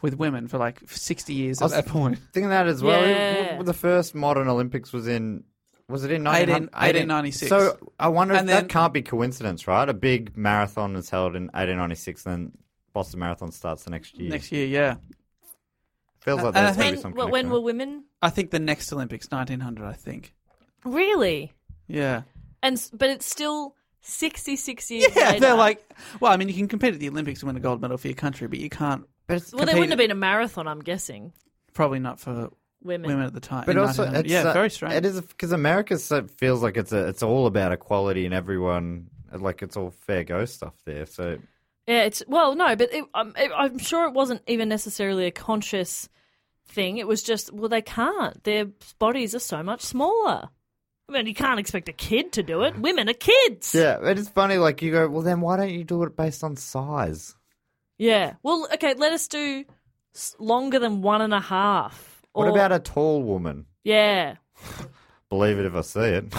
D: with women for like 60 years
C: I
D: at
C: was
D: that point.
C: Thinking that as well.
A: Yeah.
C: The first modern Olympics was in. Was it in 1900
D: 1896.
C: So I wonder if
D: And then-
C: that can't be coincidence, right? A big marathon is held in 1896, then Boston Marathon starts the next year.
D: Next year, yeah.
C: Feels like
D: And I
C: there's maybe
A: When,
C: some
A: what, when
C: connection.
A: were women?
D: I think the next Olympics, 1900, I think.
A: Really?
D: Yeah.
A: And s- But it's still 66 years
D: Yeah,
A: later.
D: they're like, well, I mean, you can compete at the Olympics and win a gold medal for your country, but you can't.
C: But it's-
A: Well, there wouldn't have been a marathon, I'm guessing.
D: Probably not for
A: Women.
D: women at the time.
C: But
D: in
C: also,
D: 1900.
C: it's,
D: yeah,
C: uh,
D: very strange.
C: It is because America so, feels like it's a, it's all about equality and everyone like it's all fair go stuff there. So
A: Yeah, it's well, no, but it, um, it, I'm sure it wasn't even necessarily a conscious thing. It was just well, they can't. Their bodies are so much smaller. I mean, you can't expect a kid to do it. Women are kids.
C: yeah, it is funny. Like you go, well, then why don't you do it based on size?
A: Yeah. Well, okay. Let us do s- longer than one and a half.
C: What about a tall woman?
A: Yeah.
C: Believe it if I see it.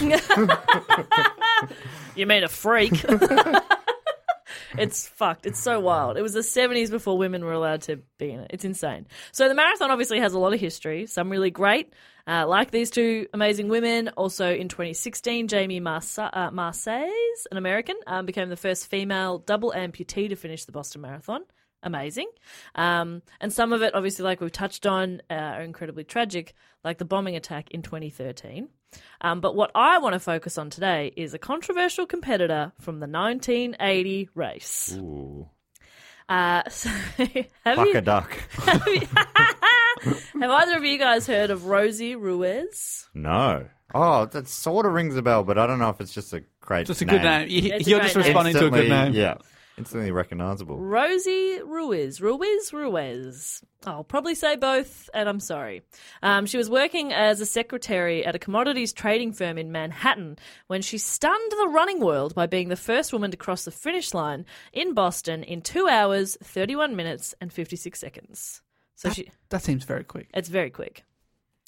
A: You mean a freak? it's fucked. It's so wild. It was the 70s before women were allowed to be in it. It's insane. So the marathon obviously has a lot of history, some really great, uh, like these two amazing women. Also in 2016, Jamie Marse- uh, Marseilles, an American, um, became the first female double amputee to finish the Boston Marathon. Amazing. Um, and some of it, obviously, like we've touched on, uh, are incredibly tragic, like the bombing attack in 2013. Um, but what I want to focus on today is a controversial competitor from the 1980 race.
C: Ooh,
A: Uh, so have,
C: fuck
A: you-
C: a duck.
A: have you- have either of you guys heard of Rosie Ruiz?
C: No. Oh, that sort of rings a bell, but I don't know if it's just a great,
D: just a good name. You,
A: It's a
D: you're
A: great
D: just
A: name.
D: responding to a good
C: Instantly-
D: name.
C: Yeah, instantly recognizable.
A: Rosie Ruiz. Ruiz Ruiz. I'll probably say both, and I'm sorry. Um, she was working as a secretary at a commodities trading firm in Manhattan when she stunned the running world by being the first woman to cross the finish line in Boston in two hours, 31 minutes, and 56 seconds. So she,
D: That seems very quick.
A: it's very quick.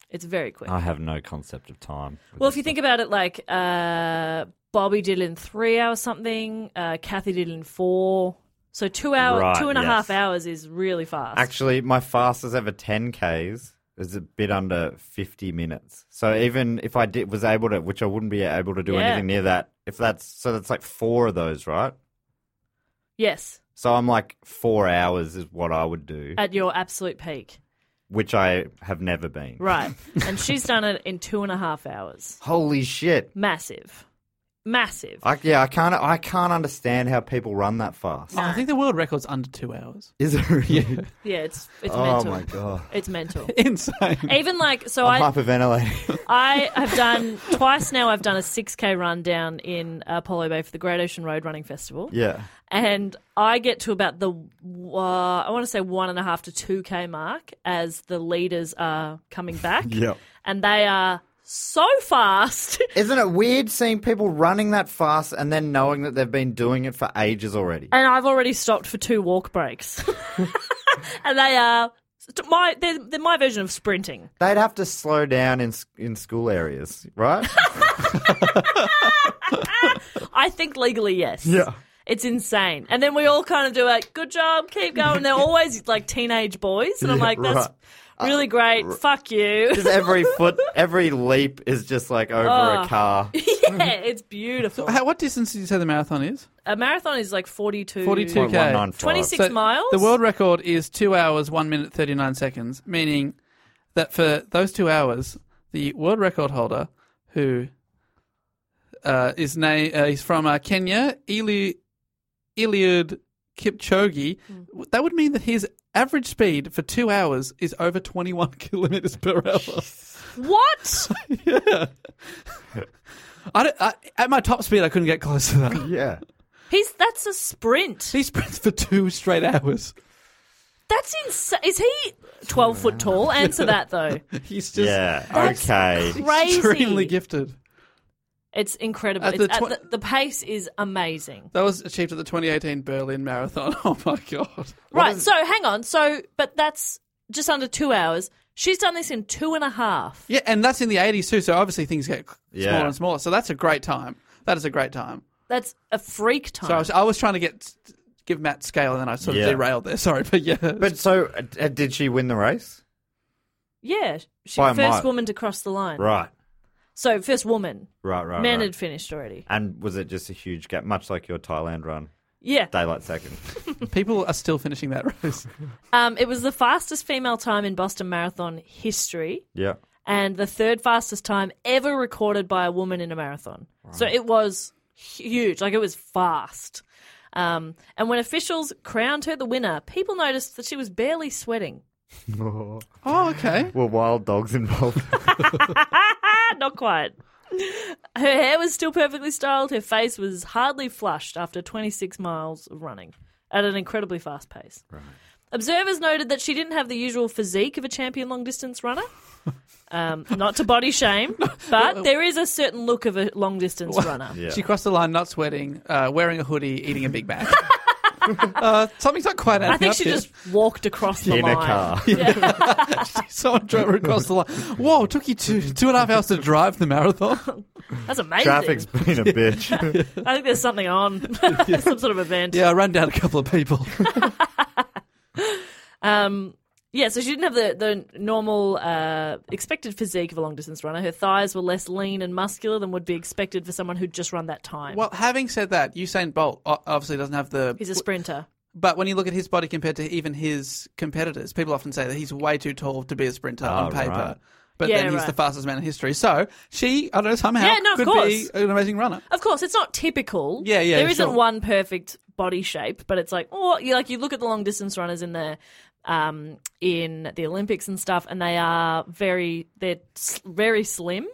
A: It's very quick.
C: I have no concept of time.
A: Well, if you think about it, like uh, Bobby did it in three hours something, uh, Kathy did it in four. So two hour,
C: Right,
A: two and a
C: yes.
A: half hours is really fast.
C: Actually, my fastest ever 10Ks is a bit under 50 minutes. So even if I did, was able to, which I wouldn't be able to do
A: Hmm. Yeah.
C: anything near that, if that's, so that's like four of those, right?
A: yes,
C: So I'm like four hours is what I would do,
A: at your absolute peak,
C: which I have never been.
A: right? and she's done it in two and a half hours.
C: Holy shit.
A: Massive, massive.
C: I, yeah, I can't, I can't understand how people run that fast.
D: Oh, I think the world record's under two hours.
C: Is it really?
A: yeah, it's it's
C: Oh
A: mental.
C: my God.
A: It's mental.
D: Insane.
A: Even like so,
C: I'm
A: I
C: hyperventilating.
A: I have done twice now. I've done a 6k run down in Apollo Bay for the Great Ocean Road Running Festival.
C: yeah.
A: and I get to about the uh, I want to say one and a half to two k mark as the leaders are coming back.
C: Yep.
A: and they are so fast.
C: Isn't it weird seeing people running that fast and then knowing that they've been doing it for ages already?
A: and I've already stopped for two walk breaks. and they are It's My they're, they're my version of sprinting.
C: They'd have to slow down in s- in school areas, right?
A: I think legally, yes. Yeah. It's insane. And then we all kind of do like, good job, keep going. They're always like teenage boys. And I'm like, that's really great. Fuck you.
C: Just every foot, every leap is just like over a car.
A: yeah, it's beautiful.
D: How, what distance did you say the marathon is?
A: A marathon is like 42.
D: 42.
C: Point one nine five.
A: 26 miles.
D: The world record is two hours, one minute, 39 seconds, meaning that for those two hours, the world record holder, who uh, is na- uh, he's from uh, Kenya, Ili- Iliud Kipchoge, that would mean that his average speed for two hours is over 21 kilometers per hour.
A: What?
D: yeah. I don't- I- at my top speed, I couldn't get close to that.
C: Yeah.
A: He's that's a sprint.
D: He sprints for two straight hours.
A: That's insane. Is he 12 foot tall? Answer that though.
D: He's just
C: Yeah.
A: That's
C: okay.
A: Crazy.
D: extremely gifted.
A: It's incredible.
D: At
A: It's-
D: the
A: at
D: twen-
A: the, the pace is amazing.
D: That was achieved at the 2018 Berlin Marathon. Oh my god!
A: Right. So hang on. So, but that's just under two hours. She's done this in two and a half.
D: Yeah, and that's in the 80s too. So obviously things get smaller
C: Yeah.
D: and smaller. So that's a great time. That is a great time.
A: That's a freak time.
D: So I was, I was trying to get give Matt scale, and then I sort of
C: Yeah.
D: derailed there. Sorry, but yeah,
C: But so, uh, uh, did she win the race?
A: yeah, she's
C: By
A: the
C: a
A: first
C: mile.
A: woman to cross the line.
C: Right.
A: So first woman.
C: Right. Right.
A: Men
C: right.
A: had finished already.
C: And was it just a huge gap, much like your Thailand run,
A: Yeah.
C: daylight second?
D: people are still finishing that race.
A: Um, it was the fastest female time in Boston Marathon history.
C: yeah.
A: and the third fastest time ever recorded by a woman in a marathon. So it was huge. Like it was fast. Um, and when officials crowned her the winner, people noticed that she was barely sweating.
D: Oh, okay.
C: Were wild dogs involved?
A: Ah, not quite. Her hair was still perfectly styled. Her face was hardly flushed after 26 miles of running at an incredibly fast pace. Observers noted that she didn't have the usual physique of a champion long distance runner. Um, not to body shame, but there is a certain look of a long distance runner.
D: She crossed the line, not sweating, uh, wearing a hoodie, eating a Big Mac. uh, something's not quite.
A: I
D: adding
A: think
D: up
A: she
D: here.
A: just walked across the
C: In a
A: line.
C: car.
A: Yeah.
D: someone drove her across the line. Whoa! It took you two two and a half hours to drive the marathon.
A: That's amazing.
C: Traffic's been a bitch.
A: I think there's something on, some sort of event.
D: Yeah, I ran down a couple of people.
A: Um, yeah, so she didn't have the, the normal uh, expected physique of a long distance runner. Her thighs were less lean and muscular than would be expected for someone who'd just run that time.
D: well, having said that, Usain Bolt o- obviously doesn't have the.
A: He's a sprinter.
D: but when you look at his body compared to even his competitors, people often say that he's way too tall to be a sprinter on paper.
C: right.
D: But
A: Yeah,
D: then he's
A: right.
D: the fastest man in history. So she, I don't know, somehow
A: Yeah, no, of
D: could be
A: course.
D: an amazing runner.
A: Of course, it's not typical.
D: Yeah, yeah,
A: There isn't
D: sure.
A: one perfect body shape, but it's like, oh, you like you look at the long distance runners in the um, in the Olympics and stuff, and they are very they're s- very slim.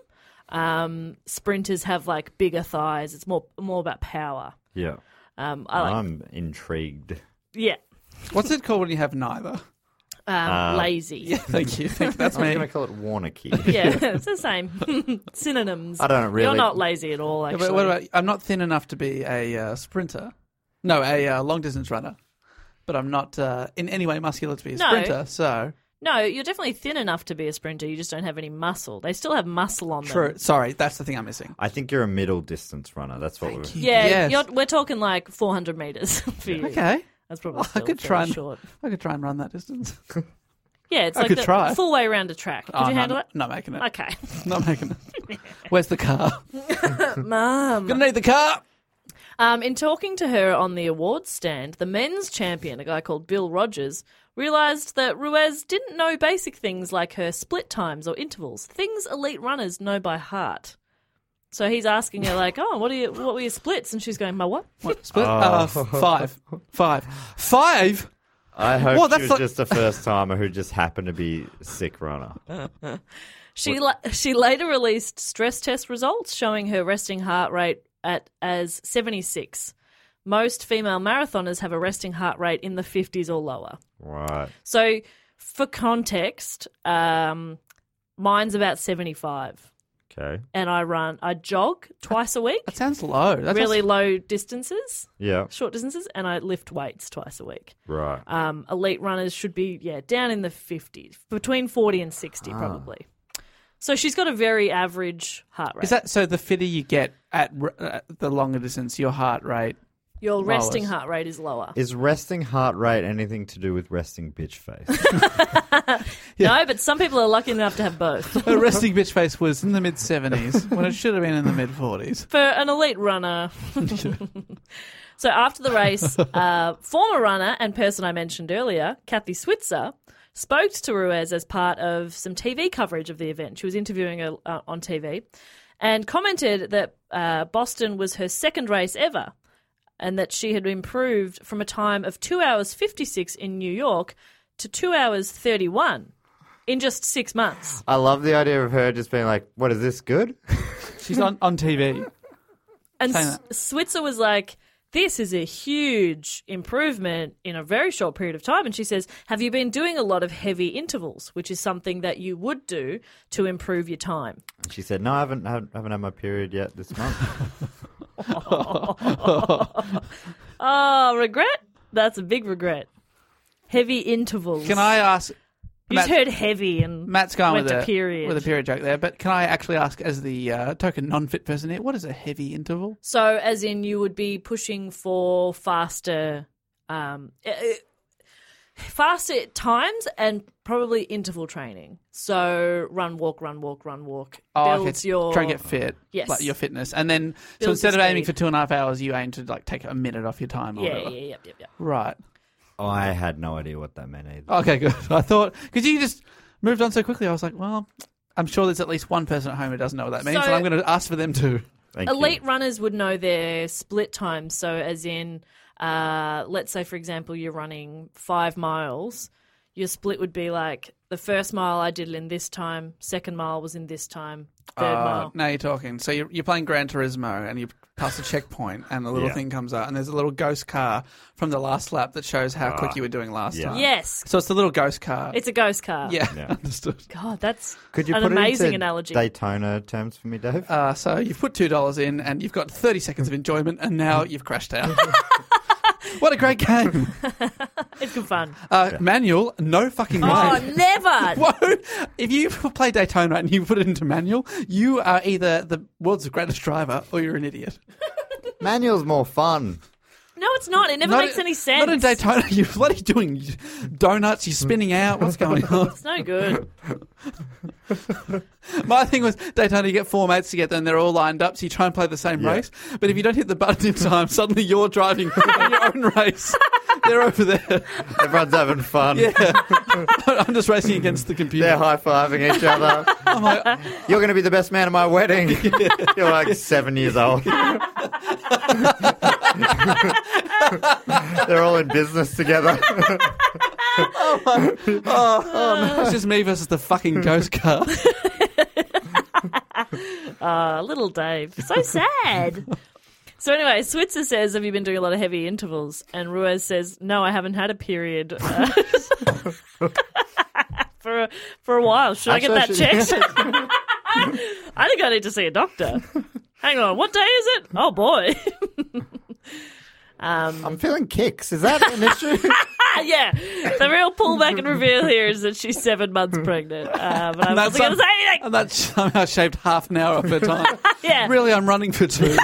A: Um, sprinters have like bigger thighs. It's more more about power.
C: yeah.
A: Um, I
D: Uh-huh.
A: like,
C: I'm intrigued.
A: yeah,
D: What's it called when you have neither?
A: um,
D: Uh,
A: lazy.
D: Thank you. Thank, that's
C: I was
D: me.
C: going to call it Warnocky.
A: yeah, it's the same synonyms.
C: I don't really-
A: You're not lazy at all,
D: Yeah,
A: actually.
D: but what about, I'm not thin enough to be a uh, sprinter. No, a uh, long distance runner. But I'm not uh, in any way muscular to be a
A: No.
D: sprinter. So
A: no, you're definitely thin enough to be a sprinter. You just don't have any muscle. They still have muscle on
D: true.
A: them.
D: Sorry, that's the thing I'm missing.
C: I think you're a middle distance runner. That's what we're.
A: Yeah,
D: Yes.
A: you're, we're talking like 400 meters for you.
D: Okay.
A: That's probably
D: I
A: still
D: could
A: fairly
D: try and
A: short.
D: I could try and run that distance.
A: Yeah, it's
D: I
A: like
D: could
A: the
D: try.
A: full way around a track. Could
D: Oh,
A: you
D: no,
A: handle it?
D: Not making it.
A: Okay.
D: Not making it. Where's the car?
A: Mum.
D: Gonna need the car.
A: Um, in talking to her on the awards stand, the men's champion, a guy called Bill Rogers, realised that Ruiz didn't know basic things like her split times or intervals, things elite runners know by heart. So he's asking her like, "Oh, what are you? What were your splits?" And she's going, "My what?"
D: What, split? Uh, f- five. Five. Five?
C: I hope
D: Well,
C: she
D: that's
C: was
D: like-
C: just a first timer who just happened to be a sick runner.
A: She la- she later released stress test results showing her resting heart rate at as 76. Most female marathoners have a resting heart rate in the 50s or lower.
C: Right.
A: So, for context, um, mine's about 75.
B: Okay.
A: and I run, I jog twice a week,
D: That sounds low. That
A: really
D: sounds-
A: low distances,
B: Yeah.
A: short distances, and I lift weights twice a week.
B: Right.
D: Uh,
A: Um, elite runners should be yeah down in the 50s, between 40 and 60
D: Ah.
A: probably. So she's got a very average heart rate.
D: Is that so? The fitter you get at r- uh, the longer distance, your heart rate.
A: Your resting
D: Lowest.
A: heart rate is lower.
C: Is resting heart rate anything to do with resting bitch face?
A: No, but some people are lucky enough to have both.
D: Her resting bitch face was in the mid seventies when it should have been in the mid forties.
A: for an elite runner. so after the race, uh, former runner and person I mentioned earlier, Kathy Switzer, spoke to Ruiz as part of some TV coverage of the event. She was interviewing her uh, on TV and commented that uh, Boston was her second race ever and that she had improved from a time of 2 hours 56 in New York to 2 hours 31 in just six months.
C: I love the idea of her just being like, "What is this good?"
D: She's on on TV.
A: And
D: Saying
A: S- Switzer was like, this is a huge improvement in a very short period of time. And she says, Have you been doing a lot of heavy intervals, which is something that you would do to improve your time?
C: And she said, "No, I haven't, haven't haven't had my period yet this month."
A: Oh, regret? That's a big regret. Heavy intervals.
D: Can I ask?
A: You just
D: Matt-
A: heard heavy and
D: Matt's going
A: went
D: with
A: to
D: a
A: period.
D: with a period joke there, but can I actually ask, as the uh, token non-fit person here, what is a heavy interval?
A: So, as in, you would be pushing for faster, um, eh, eh, faster times and probably interval training. So, run, walk, run, walk, run, walk. builds
D: Oh, okay.
A: your
D: Try and get fit,
A: Yes.
D: like your fitness, and then so
A: Builds
D: instead of
A: your
D: aiming for
A: speed.
D: two and a half hours, you aim to like take a minute off your time. Or
A: Yeah, yeah,
D: whatever.
A: yeah, yeah, yeah.
D: Right.
C: I had no idea what that meant either.
D: Okay, good. I thought because you just moved on so quickly, I was like, well, I'm sure there's at least one person at home who doesn't know what that means,
A: So-
D: and I'm going to ask for them too.
C: Thank
A: Elite
C: you.
A: runners would know their split times. So, as in, uh, let's say, for example, you're running five miles, your split would be like the first mile I did it in this time, second mile was in this time, third
D: Uh,
C: Uh,
A: mile.
D: Now you're talking. So you're, you're playing Gran Turismo, and you pass a checkpoint, and a little
C: Yeah.
D: thing comes out, and there's a little ghost car from the last lap that shows how quick you were doing last
C: Ah, yeah.
D: time.
A: Yes,
D: So it's the little ghost car.
A: it's a ghost car.
D: yeah,
C: Yeah.
D: understood.
A: God, that's
C: Could you
A: an
C: put it
A: amazing
C: into
A: analogy.
C: Daytona terms for me, Dave?
D: Uh, so you've put two dollars in, and you've got thirty seconds of enjoyment, and now you've crashed out. what a great game!
A: It's good fun.
D: Uh, Manual, no fucking way.
A: Oh, never.
D: Whoa! If you play Daytona and you put it into manual, you are either the world's greatest driver or you're an idiot.
C: Manual's more fun.
A: No, it's not. It never
D: Not
A: makes
D: in-
A: any sense. Mm.
D: Not in Daytona. You're bloody doing donuts. You're spinning out. What's going on?
A: It's no good.
D: My thing was Daytona. You get four mates together and they're all lined up, so you try and play the same
C: Yeah.
D: race. But if you don't hit the button in time, suddenly you're driving on your own race. They're over there.
C: Everyone's having fun.
D: I'm just racing against the computer.
C: They're high fiving each other.
D: I'm like,
C: You're going to be the best man at my wedding. You're like seven years old. They're all in business together.
D: Oh, it's just me versus the
A: Hmm.
D: fucking ghost car.
A: Uh, little Dave. So sad. So anyway, Switzer says, "Have you been doing a lot of heavy intervals?" And Ruiz says, "No, I haven't had a period uh, for a, for a while. Should I get
C: Actually, I
A: that checked? I think I need to see a doctor. Hang on, what day is it? Oh boy, Um,
C: I'm feeling kicks. Is that an issue?
A: Ah, yeah. The real pullback and reveal here is that she's seven months pregnant. Uh, but I
D: And
A: wasn't going to
D: some-
A: say anything.
D: And that somehow shaved half an hour off her time.
A: Yeah.
D: Really, I'm running for two.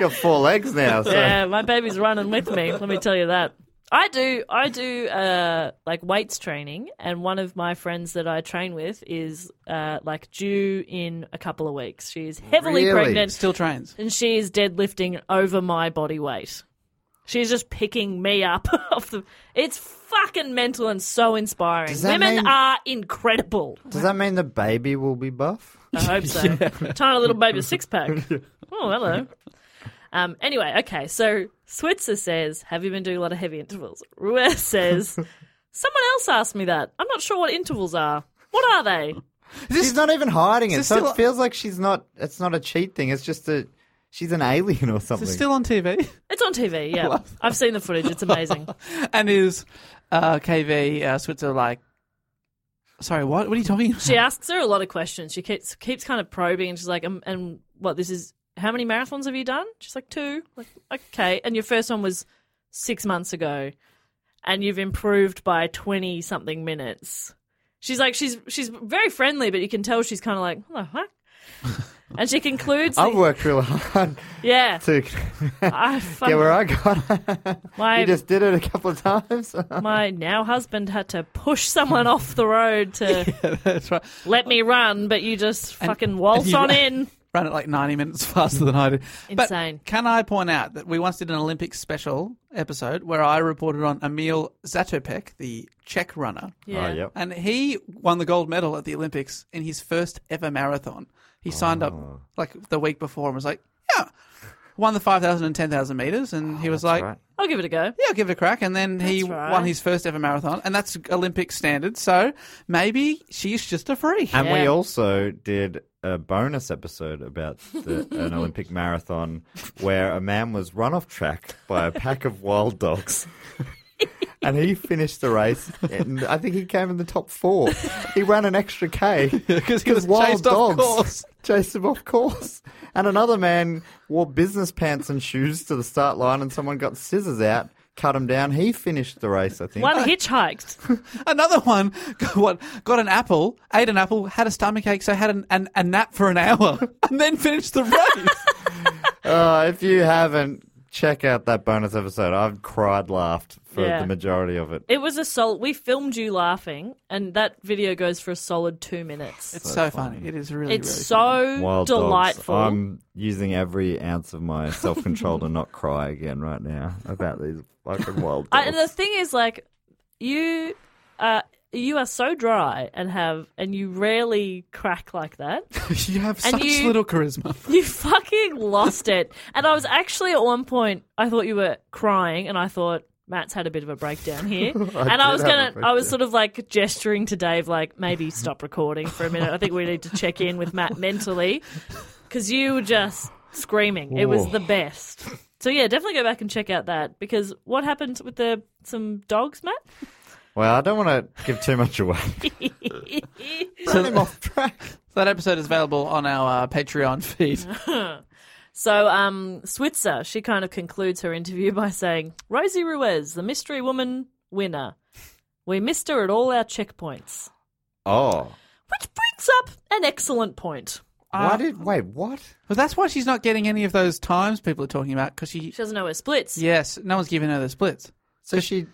C: Got four legs now. So.
A: Yeah, my baby's running with me. Let me tell you that. I do, I do, uh, like weights training, and one of my friends that I train with is uh, like due in a couple of weeks. She's heavily
C: Really?
A: pregnant,
D: Still trains.
A: and she is deadlifting over my body weight. She's just picking me up off the. It's fucking mental and so inspiring.
C: Does that
A: Women
C: mean-
A: are incredible.
C: Does that mean the baby will be buff?
A: I hope so. Tiny little baby six pack. Oh, hello. Um, anyway, okay, so Switzer says, Have you been doing a lot of heavy intervals? Ruiz says, Someone else asked me that. I'm not sure what intervals are. What are they?
C: she's not even hiding it,
D: this
C: so
D: still-
C: it feels like she's not. It's not a cheat thing. It's just a she's an alien or something.
D: Is still on TV
A: It's on TV, yeah. I've seen the footage. It's amazing.
D: and is uh, KV uh, Switzer like Sorry, what? What are you talking about?
A: She asks her a lot of questions. She keeps keeps kind of probing, and she's like, um, "And what? This is how many marathons have you done?" She's like, two. Like, okay, and your first one was six months ago, and you've improved by twenty something minutes. She's like, she's she's very friendly, but you can tell she's kind of like, "What the fuck?" and she concludes,
C: I've
A: the-
C: worked real hard
A: "Yeah,
C: to
A: I
C: get
A: fucking-
C: where I got.
A: my
C: you just did it a couple of times.
A: my now husband had to push someone off the road to
D: That's right.
A: let me run, but you just fucking waltz
D: you
A: on
D: ran-
A: in."
D: Ran it like 90 minutes faster than I did.
A: Insane.
D: But can I point out that we once did an Olympic special episode where I reported on Emil Zatopek, the Czech runner.
A: Yeah.
C: Oh, yep.
D: And he won the gold medal at the Olympics in his first ever marathon. He signed up like the week before and was like, yeah, won the 5,000 and 10,000 meters. And he was like,
C: right.
A: I'll give it a go.
D: yeah, I'll give it a crack. And then he
A: That's right.
D: won his first ever marathon. And that's Olympic standard. So maybe she's just a freak.
C: And we
A: Yeah.
C: also did a bonus episode about the, an Olympic marathon where a man was run off track by a pack of wild dogs. And he finished the race, and I think he came in the top four. He ran an extra K
D: 'Cause he was chased off course.
C: chased him off course. And another man wore business pants and shoes to the start line, and someone got scissors out, cut him down. He finished the race, I think.
A: One hitchhiked.
D: Another one got, what, got an apple, ate an apple, had a stomach ache, so had an, an, a nap for an hour, and then finished the race.
C: Uh, if you haven't, check out that bonus episode. I've cried, laughed for
A: Yeah.
C: the majority of it.
A: It was a solid. We filmed you laughing, and that video goes for a solid two minutes. It's,
D: it's so funny. It is really, really
A: so
C: Wild dogs.
A: delightful.
C: I'm using every ounce of my self control to not cry again right now about these fucking wild
A: I, and the
C: dogs.
A: thing is, like, you, uh, you are so dry and have, and you rarely crack like that.
D: You have
A: And
D: such
A: you-
D: little charisma.
A: You fucking lost it. And I was actually at one point, I thought you were crying, and I thought Matt's had a bit of a breakdown here. and I
C: did
A: was
C: have a
A: gonna, I was
C: breakdown.
A: sort of like gesturing to Dave, like maybe stop recording for a minute. I think we need to check in with Matt mentally, because you were just screaming. It was the best. So yeah, definitely go back and check out that because what happened with the some dogs, Matt?
C: well, I don't want to give too much away. Run him off track.
D: That episode is available on our uh, Patreon feed.
A: So, um, Switzer, she kind of concludes her interview by saying, Rosie Ruiz, the mystery woman winner. We missed her at all our checkpoints.
C: Oh.
A: Which brings up an excellent point. Uh,
C: Why did. Wait, what?
D: But that's why she's not getting any of those times people are talking about because she.
A: She doesn't know her splits.
D: Yes, no one's giving her the splits.
C: So she.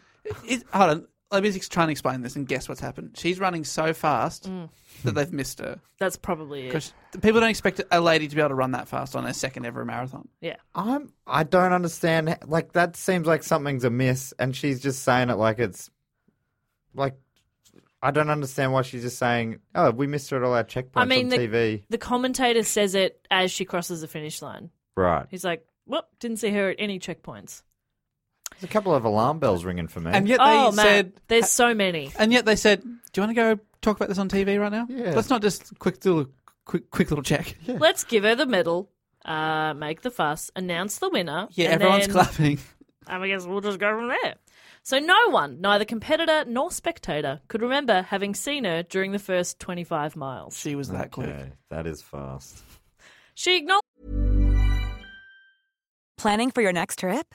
D: It, hold on. Let me just try and explain this and guess what's happened. She's running so fast that they've missed her
A: That's probably it.
D: because people don't expect a lady to be able to run that fast on her second ever marathon.
A: Yeah.
C: I'm. I don't understand. Like, that seems like something's amiss, and she's just saying it like it's. Like. I don't understand why she's just saying, oh, we missed her at all our checkpoints
A: I mean,
C: on
A: the,
C: TV.
A: the commentator says it as she crosses the finish line.
C: Right.
A: He's like, whoop, didn't see her at any checkpoints.
C: There's a couple of alarm bells ringing for me.
D: And yet they
A: Oh, Matt,
D: said.
A: there's so many.
D: And yet they said, "Do you want to go talk about this on TV right now?
C: Yeah.
D: Let's not just quick do a quick quick little check. Yeah,
A: Let's give her the medal, uh, make the fuss, announce the winner. and
D: everyone's
A: then-
D: clapping.
A: and I guess we'll just go from there. So no one, neither competitor nor spectator, could remember having seen her during the first 25 miles.
D: She was that quick.
C: Okay, that is fast.
A: She acknowledged
F: Planning for your next trip?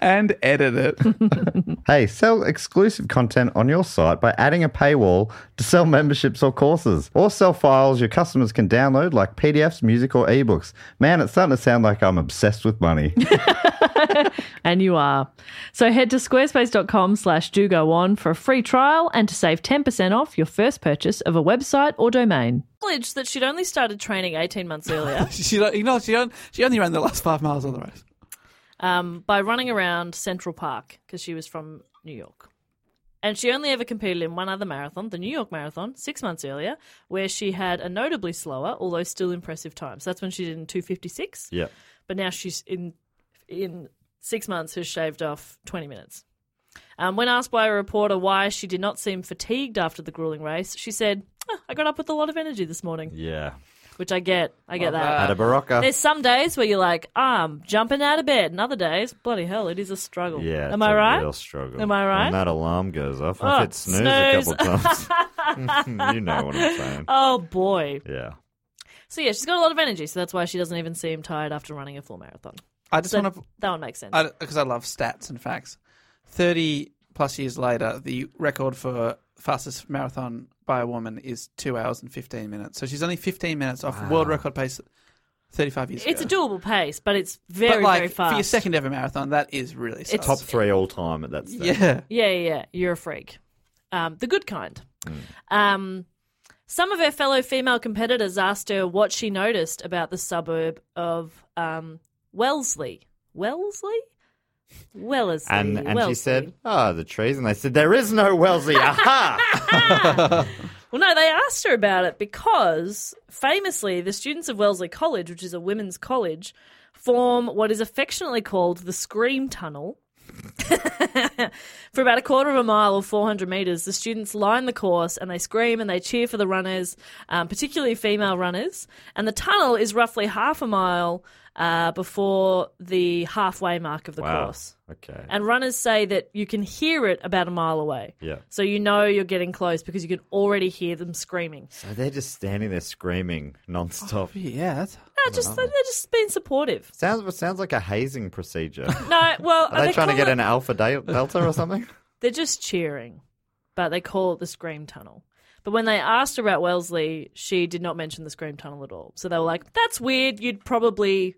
D: and edit it.
B: hey, sell exclusive content on your site by adding a paywall to sell memberships or courses, or sell files your customers can download like PDFs, music, or ebooks. Man, it's starting to sound like I'm obsessed with money.
G: And you are. So head to squarespace.com slash do go on for a free trial and to save 10% off your first purchase of a website or domain.
A: Acknowledged that she'd only started training 18 months earlier
D: she, don't- you know, she, on- she only ran the last five miles of the race.
A: um, by running around Central Park because she was from New York. And she only ever competed in one other marathon, the New York Marathon, six months earlier, where she had a notably slower, although still impressive time. So that's when she did in 256.
C: Yeah.
A: but now she's in in six months has shaved off 20 minutes um, when asked by a reporter why she did not seem fatigued after the grueling race she said "Ah, i got up with a lot of energy this morning
C: Yeah.
A: which i get i get that
C: At a Barocca.
A: there's some days where you're like "Ah, i'm jumping out of bed and other days bloody hell it is a struggle
C: Yeah,
A: am
C: it's
A: i
C: a
A: right
C: Real struggle.
A: Am I right?
C: When that alarm goes off,
A: Oh,
C: I've hit snooze,
A: snooze.
C: a couple times. you know what I'm saying?
A: oh boy
C: Yeah.
A: so yeah she's got a lot of energy so that's why she doesn't even seem tired after running a full marathon
H: I just
A: so
H: want to
A: that one makes sense
H: because I, love stats and facts. Thirty plus years later, the record for fastest marathon by a woman is two hours and fifteen minutes. So she's only fifteen minutes off world record pace. Thirty-five years.
A: it's a
H: ago.
A: doable pace but it's
H: but
A: very
H: like,
A: very fast
H: For your second ever marathon, that is really sus.
C: Top three all time at that stage.
H: Yeah,
A: Yeah, yeah, yeah. You're a freak. Um, the good kind. Um, some of her fellow female competitors asked her what she noticed about the suburb of um, Wellesley. Wellesley? Wellesley.
C: And and
A: Wellesley.
C: she said, "Ah, the trees." And they said, "There is no Wellesley." Aha!
A: Well, no, they asked her about it because famously, the students of Wellesley College, which is a women's college, form what is affectionately called the Scream Tunnel. for about a quarter of a mile or 400 metres, the students line the course and they scream and they cheer for the runners, um, particularly female runners. And the tunnel is roughly half a mile uh, before the halfway mark of the
C: wow.
A: course.
C: Okay.
A: And runners say that you can hear it about a mile away.
C: Yeah.
A: So you know you're getting close because you can already hear them screaming.
C: So they're just standing there screaming nonstop.
H: yeah. That's,
A: No, just they're just being supportive.
C: Sounds it sounds like a hazing procedure.
A: No, well,
C: Are they, trying to
A: call
C: get
A: it-
C: an alpha del- delta or something?
A: They're just cheering, but they call it the scream tunnel. But when they asked her about Wellesley, she did not mention the scream tunnel at all. So they were like, "That's weird. You'd probably,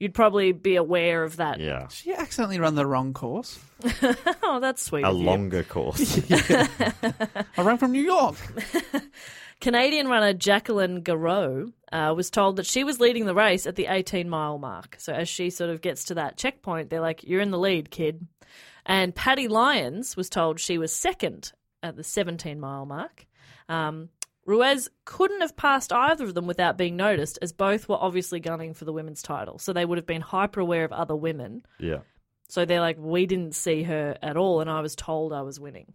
A: you'd probably be aware of that."
C: yeah.
H: she accidentally run the wrong course.
A: Oh, that's sweet.
C: A
A: of you.
C: longer course.
H: I ran from New York.
A: Canadian runner Jacqueline Garreau uh, was told that she was leading the race at the 18 mile mark. So as she sort of gets to that checkpoint, they're like, You're in the lead, kid. And Patty Lyons was told she was second at the 17 mile mark. Um, Ruiz couldn't have passed either of them without being noticed, as both were obviously gunning for the women's title. So they would have been hyper aware of other women.
C: yeah.
A: So they're like, We didn't see her at all, and I was told I was winning.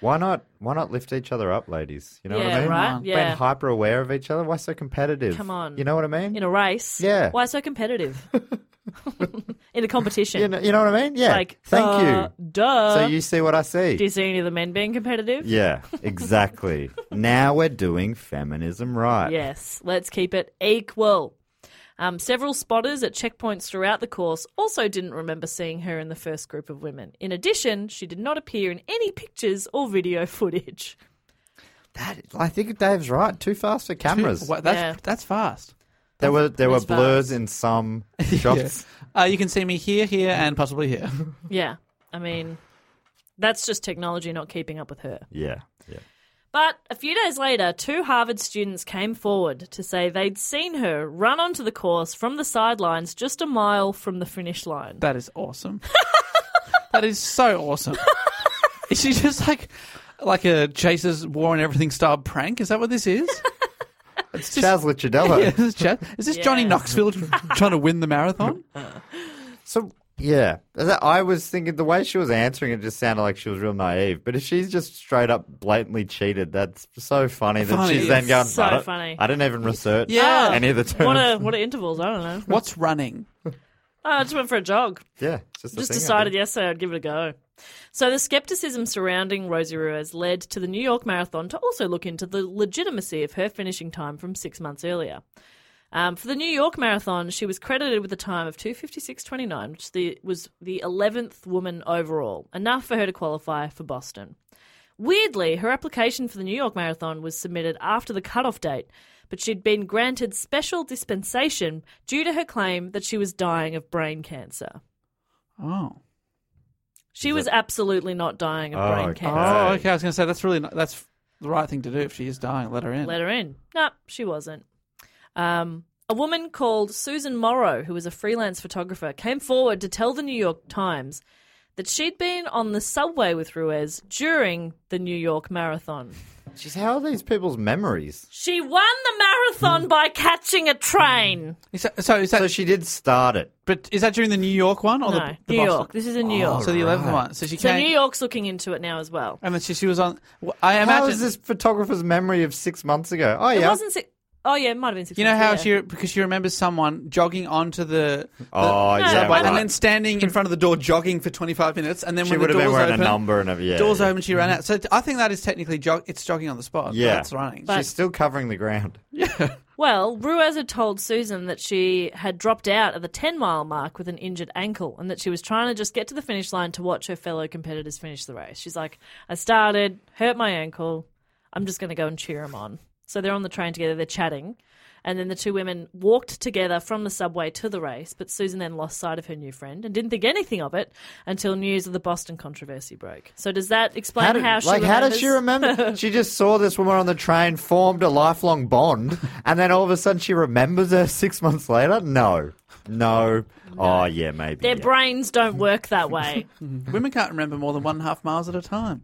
C: Why not? Why not lift each other up, ladies? You know what
A: Yeah,
C: I mean?
A: right?
C: Being
A: Yeah.
C: hyper aware of each other. Why so competitive?
A: Come on.
C: You know what I mean?
A: In a race?
C: Yeah.
A: Why so competitive? in a competition?
C: You know, you know what I mean? Yeah.
A: Like,
C: Thank
A: uh,
C: you.
A: Duh.
C: So you see what I see.
A: Do you see any of the men being competitive?
C: yeah, exactly. now we're doing feminism right.
A: Yes. Let's keep it equal. Um, several spotters at checkpoints throughout the course also didn't remember seeing her in the first group of women. In addition, she did not appear in any pictures or video footage.
C: That, I think Dave's right. Too fast for cameras.
H: Wow, that's
A: Yeah.
H: that's fast.
C: there were there were
A: That's fast.
C: blurs in some shots.
H: Uh, you can see me here, here, and possibly here.
A: Yeah. I mean, that's just technology not keeping up with her.
C: Yeah. Yeah.
A: But a few days later, two Harvard students came forward to say they'd seen her run onto the course from the sidelines just a mile from the finish line.
H: That is awesome. that is so awesome. is she just like like a Chase's War and Everything style prank? Is that what this is? It's
C: Chaz Lichardello.
H: Yeah, this is, Chaz. Is this Johnny
A: Yes.
H: Knoxville trying to win the marathon?
C: So Yeah, That- I was thinking the way she was answering it just sounded like she was real naive. But if she's just straight up blatantly cheated, that's so funny that
H: Funny,
C: she's then
H: it's
C: going.
A: so
C: I don't-
A: funny.
C: I didn't even research.
H: Yeah.
A: Oh.
C: any of the terms.
A: What are, what are intervals? I don't know.
H: Oh. What's running?
A: Oh, I just went for a jog.
C: yeah, it's just, a
A: Just
C: thing I
A: decided
C: did.
A: yesterday I'd give it a go. So the skepticism surrounding Rosie Ruiz led to the New York Marathon to also look into the legitimacy of her finishing time from six months earlier. Um, for the New York Marathon, she was credited with a time of 256.29, which the, was the 11th woman overall, enough for her to qualify for Boston. Weirdly, her application for the New York Marathon was submitted after the cutoff date, but she'd been granted special dispensation due to her claim that she was dying of brain cancer.
H: Oh.
A: She was absolutely not dying of
C: Oh,
A: brain
C: okay.
A: cancer.
H: Oh, okay. I was going to say that's really not, that's the right thing to do if she is dying. Let her in.
A: Let her in. No, she wasn't. Um, a woman called Susan Morrow, who was a freelance photographer, came forward to tell the New York Times that she'd been on the subway with Ruiz during the New York Marathon.
C: Jeez, how are these people's memories?
A: She won the
H: Hmm.
A: marathon by catching a train.
H: Is that, so is that?
C: So she did start it.
H: but is that during the New York one or
A: No,
H: the, the
A: New
H: Boston?
A: York. This is in New
H: Oh,
A: York.
H: So the eleventh one. So she
A: So
H: came.
A: New York's looking into it now as well.
H: And then she, she was on. well, I
C: How
H: imagine
C: is this photographer's memory of six months ago? Oh
A: It
C: yeah,
A: wasn't six. Oh yeah, it might have been six.
H: You know
A: months,
H: how
A: yeah.
H: she because she remembers someone jogging onto the, the
C: Oh, yeah,
H: subway
C: right.
H: and then standing in front of the door jogging for twenty five minutes and then
C: she
H: when
C: would
H: the
C: have been
H: doors
C: wearing
H: open,
C: a number and everything. Yeah,
H: doors
C: yeah.
H: open she ran out. So t- I think that is technically jog. It's jogging on the spot.
C: Yeah.
H: it's running.
A: But-
C: She's still covering the ground.
A: Well, Ruiz had told Susan that she had dropped out at the 10 mile mark with an injured ankle and that she was trying to just get to the finish line to watch her fellow competitors finish the race. She's like, I started, hurt my ankle. I'm just going to go and cheer them on. So they're on the train together, they're chatting. And then the two women walked together from the subway to the race, but Susan then lost sight of her new friend and didn't think anything of it until news of the Boston controversy broke. So does that explain how,
C: did-
A: she
C: like how did she
A: remembers-
C: remember? she just saw this woman on the train, formed a lifelong bond, and then all of a sudden she remembers her six months later. No, no. Oh yeah, maybe.
A: Their
C: yeah.
A: brains don't work that way.
H: Women can't remember more than one and a half miles at a time.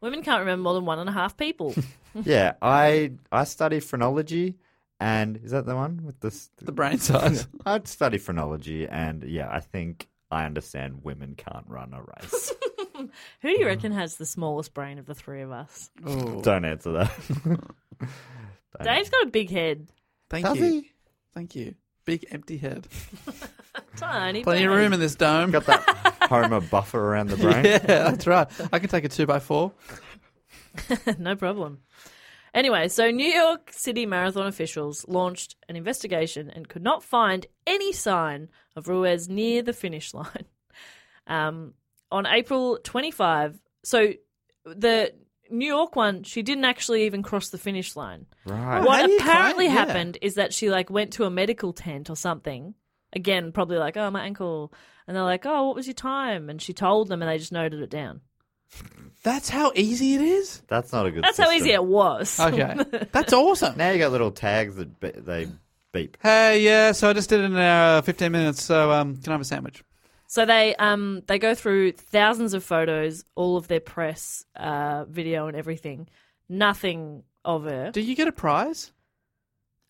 A: Women can't remember more than one and a half people.
C: yeah, I I study phrenology, and is that the one with this?
H: The brain size.
C: I study phrenology, and yeah, I think I understand women can't run a race.
A: Who do you reckon has the smallest brain of the three of us?
C: Don't answer that.
A: Dave's got a big head.
H: Thank
C: Does
H: you.
C: he?
H: Thank you. Big empty head.
A: Tiny.
H: Plenty of
A: brain.
H: room in this dome.
C: Got that Homer buffer around the brain.
H: yeah, that's right. I can take a two by four.
A: no problem. Anyway, so New York City marathon officials launched an investigation and could not find any sign of Ruiz near the finish line. Um, on April 25, so the New York one, she didn't actually even cross the finish line.
C: Right.
H: How
A: What
H: do you
A: apparently
H: claim- yeah.
A: happened is that she like went to a medical tent or something. Again, probably like, oh my ankle, and they're like, oh, what was your time? And she told them, and they just noted it down.
H: That's how easy it is.
C: That's not a good.
A: That's how easy
C: system.
A: it was.
H: Okay, that's awesome.
C: Now you got little tags that be- they beep.
H: Hey, yeah. So I just did it in uh, fifteen minutes. So um, can I have a sandwich?
A: So they um they go through thousands of photos, all of their press, uh, video, and everything. Nothing of her.
H: Do you get a prize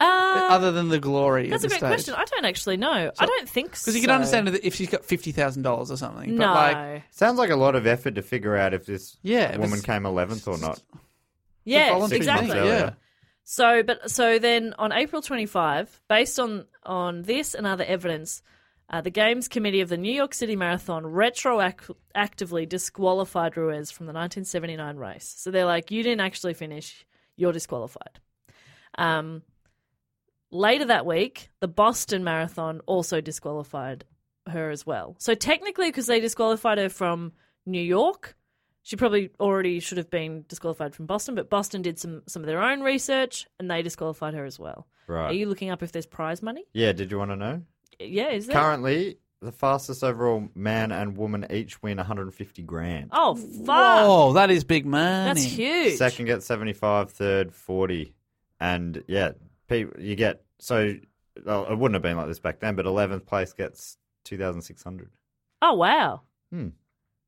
A: Uh,
H: other than the glory?
A: that's a
H: at the
A: great
H: stage?
A: question. I don't actually know. I don't think so.
H: Because you can understand that if she's got fifty thousand dollars or something.
A: no.
H: But like,
C: Sounds like a lot of effort to figure out if this
H: Yeah, it
C: woman
H: was-
C: came 11th or not.
A: yes,
H: voluntary
A: exactly.
C: months
H: thing, Yeah.
C: earlier.
A: So, but so then on April 25, based on on this and other evidence, uh, the Games Committee of the New York City Marathon retroactively disqualified Ruiz from the 1979 race. So they're like, you didn't actually finish, you're disqualified. Um, later that week, the Boston Marathon also disqualified her as well. So technically, because they disqualified her from New York, she probably already should have been disqualified from Boston, but Boston did some some of their own research and they disqualified her as well. Are
C: Right.
A: you looking up if there's prize money?
C: yeah, did you want to know?
A: Yeah, is there?
C: Currently, the fastest overall man and woman each win 150 grand.
A: Oh fuck.
H: Whoa, that is big money.
A: That's huge.
C: Second gets 75, third 40. And yeah, people, you get so well, it wouldn't have been like this back then, but 11th place gets 2,600.
A: Oh wow.
C: Hmm.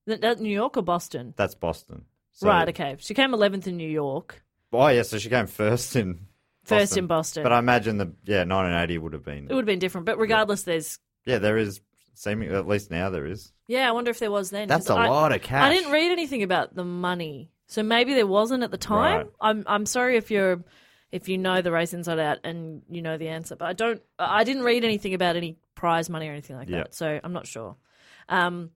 A: Th- that New York or Boston?
C: That's Boston. So-
A: right, okay. She came 11th in New York,
C: Oh, yeah, so she came first in.
A: first in Boston.
C: But I imagine the yeah 1980 would have been
A: it would have been different, but regardless there's
C: yeah there is Seeming at least now there is.
A: Yeah, I wonder if there was then.
C: That's
A: 'cause
C: a
A: I-
C: lot of cash.
A: I didn't read anything about the money, so maybe there wasn't at the time.
C: Right.
A: I'm I'm sorry if you're if you know the race inside out and you know the answer, but I don't. I didn't read anything about any prize money or anything like
I: Yeah.
A: that, so I'm not sure. Um,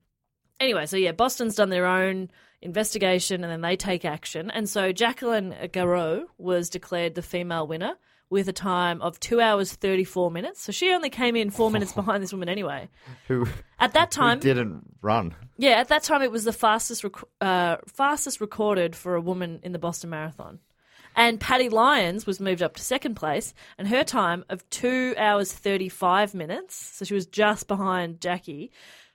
A: anyway, so yeah, Boston's done their own investigation and then they take action, and so Jacqueline Garreau was declared the female winner. With a time of two hours thirty four minutes, so she only came in four minutes behind this woman anyway.
C: Who
A: At that time,
C: who didn't run?
A: yeah, at that time it was the fastest rec- uh, fastest recorded for a woman in the Boston Marathon. And Patty Lyons was moved up to second place, and her time of two hours thirty five minutes, so she was just behind Jackie,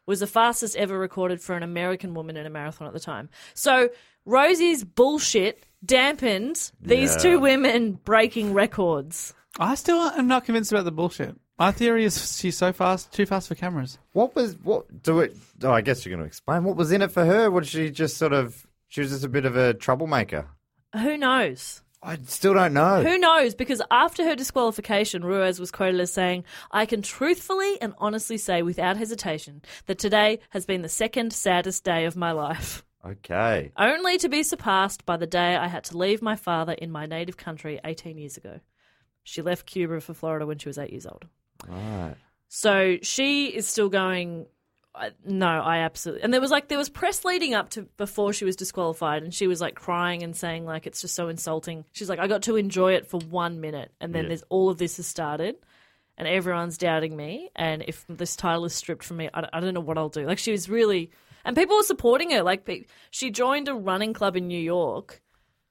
A: was the fastest ever recorded for an American woman in a marathon at the time. So Rosie's bullshit dampened these
H: Yeah.
A: two women breaking records.
H: I still am not convinced about the bullshit. My theory is she's so fast, too fast for cameras.
C: What was what? Do it. Oh, I guess you're going to explain. What was in it for her? Was she just sort of? She was just a bit of a troublemaker.
A: Who knows?
C: I still don't know.
A: Who knows? Because after her disqualification, Ruiz was quoted as saying, I can truthfully and honestly say without hesitation that today has been the second saddest day of my life,
C: Okay.
A: only to be surpassed by the day I had to leave my father in my native country 18 years ago. She left Cuba for Florida when she was eight years old.
C: Right.
A: So she is still going. I- No, I absolutely. And there was like there was press leading up to before she was disqualified, and she was like crying and saying like it's just so insulting. She's like, I got to enjoy it for one minute, and then
I: Yeah.
A: there's all of this has started, and everyone's doubting me. And if this title is stripped from me, I, I don't know what I'll do. Like she was really, and people were supporting her. Like pe- she joined a running club in New York,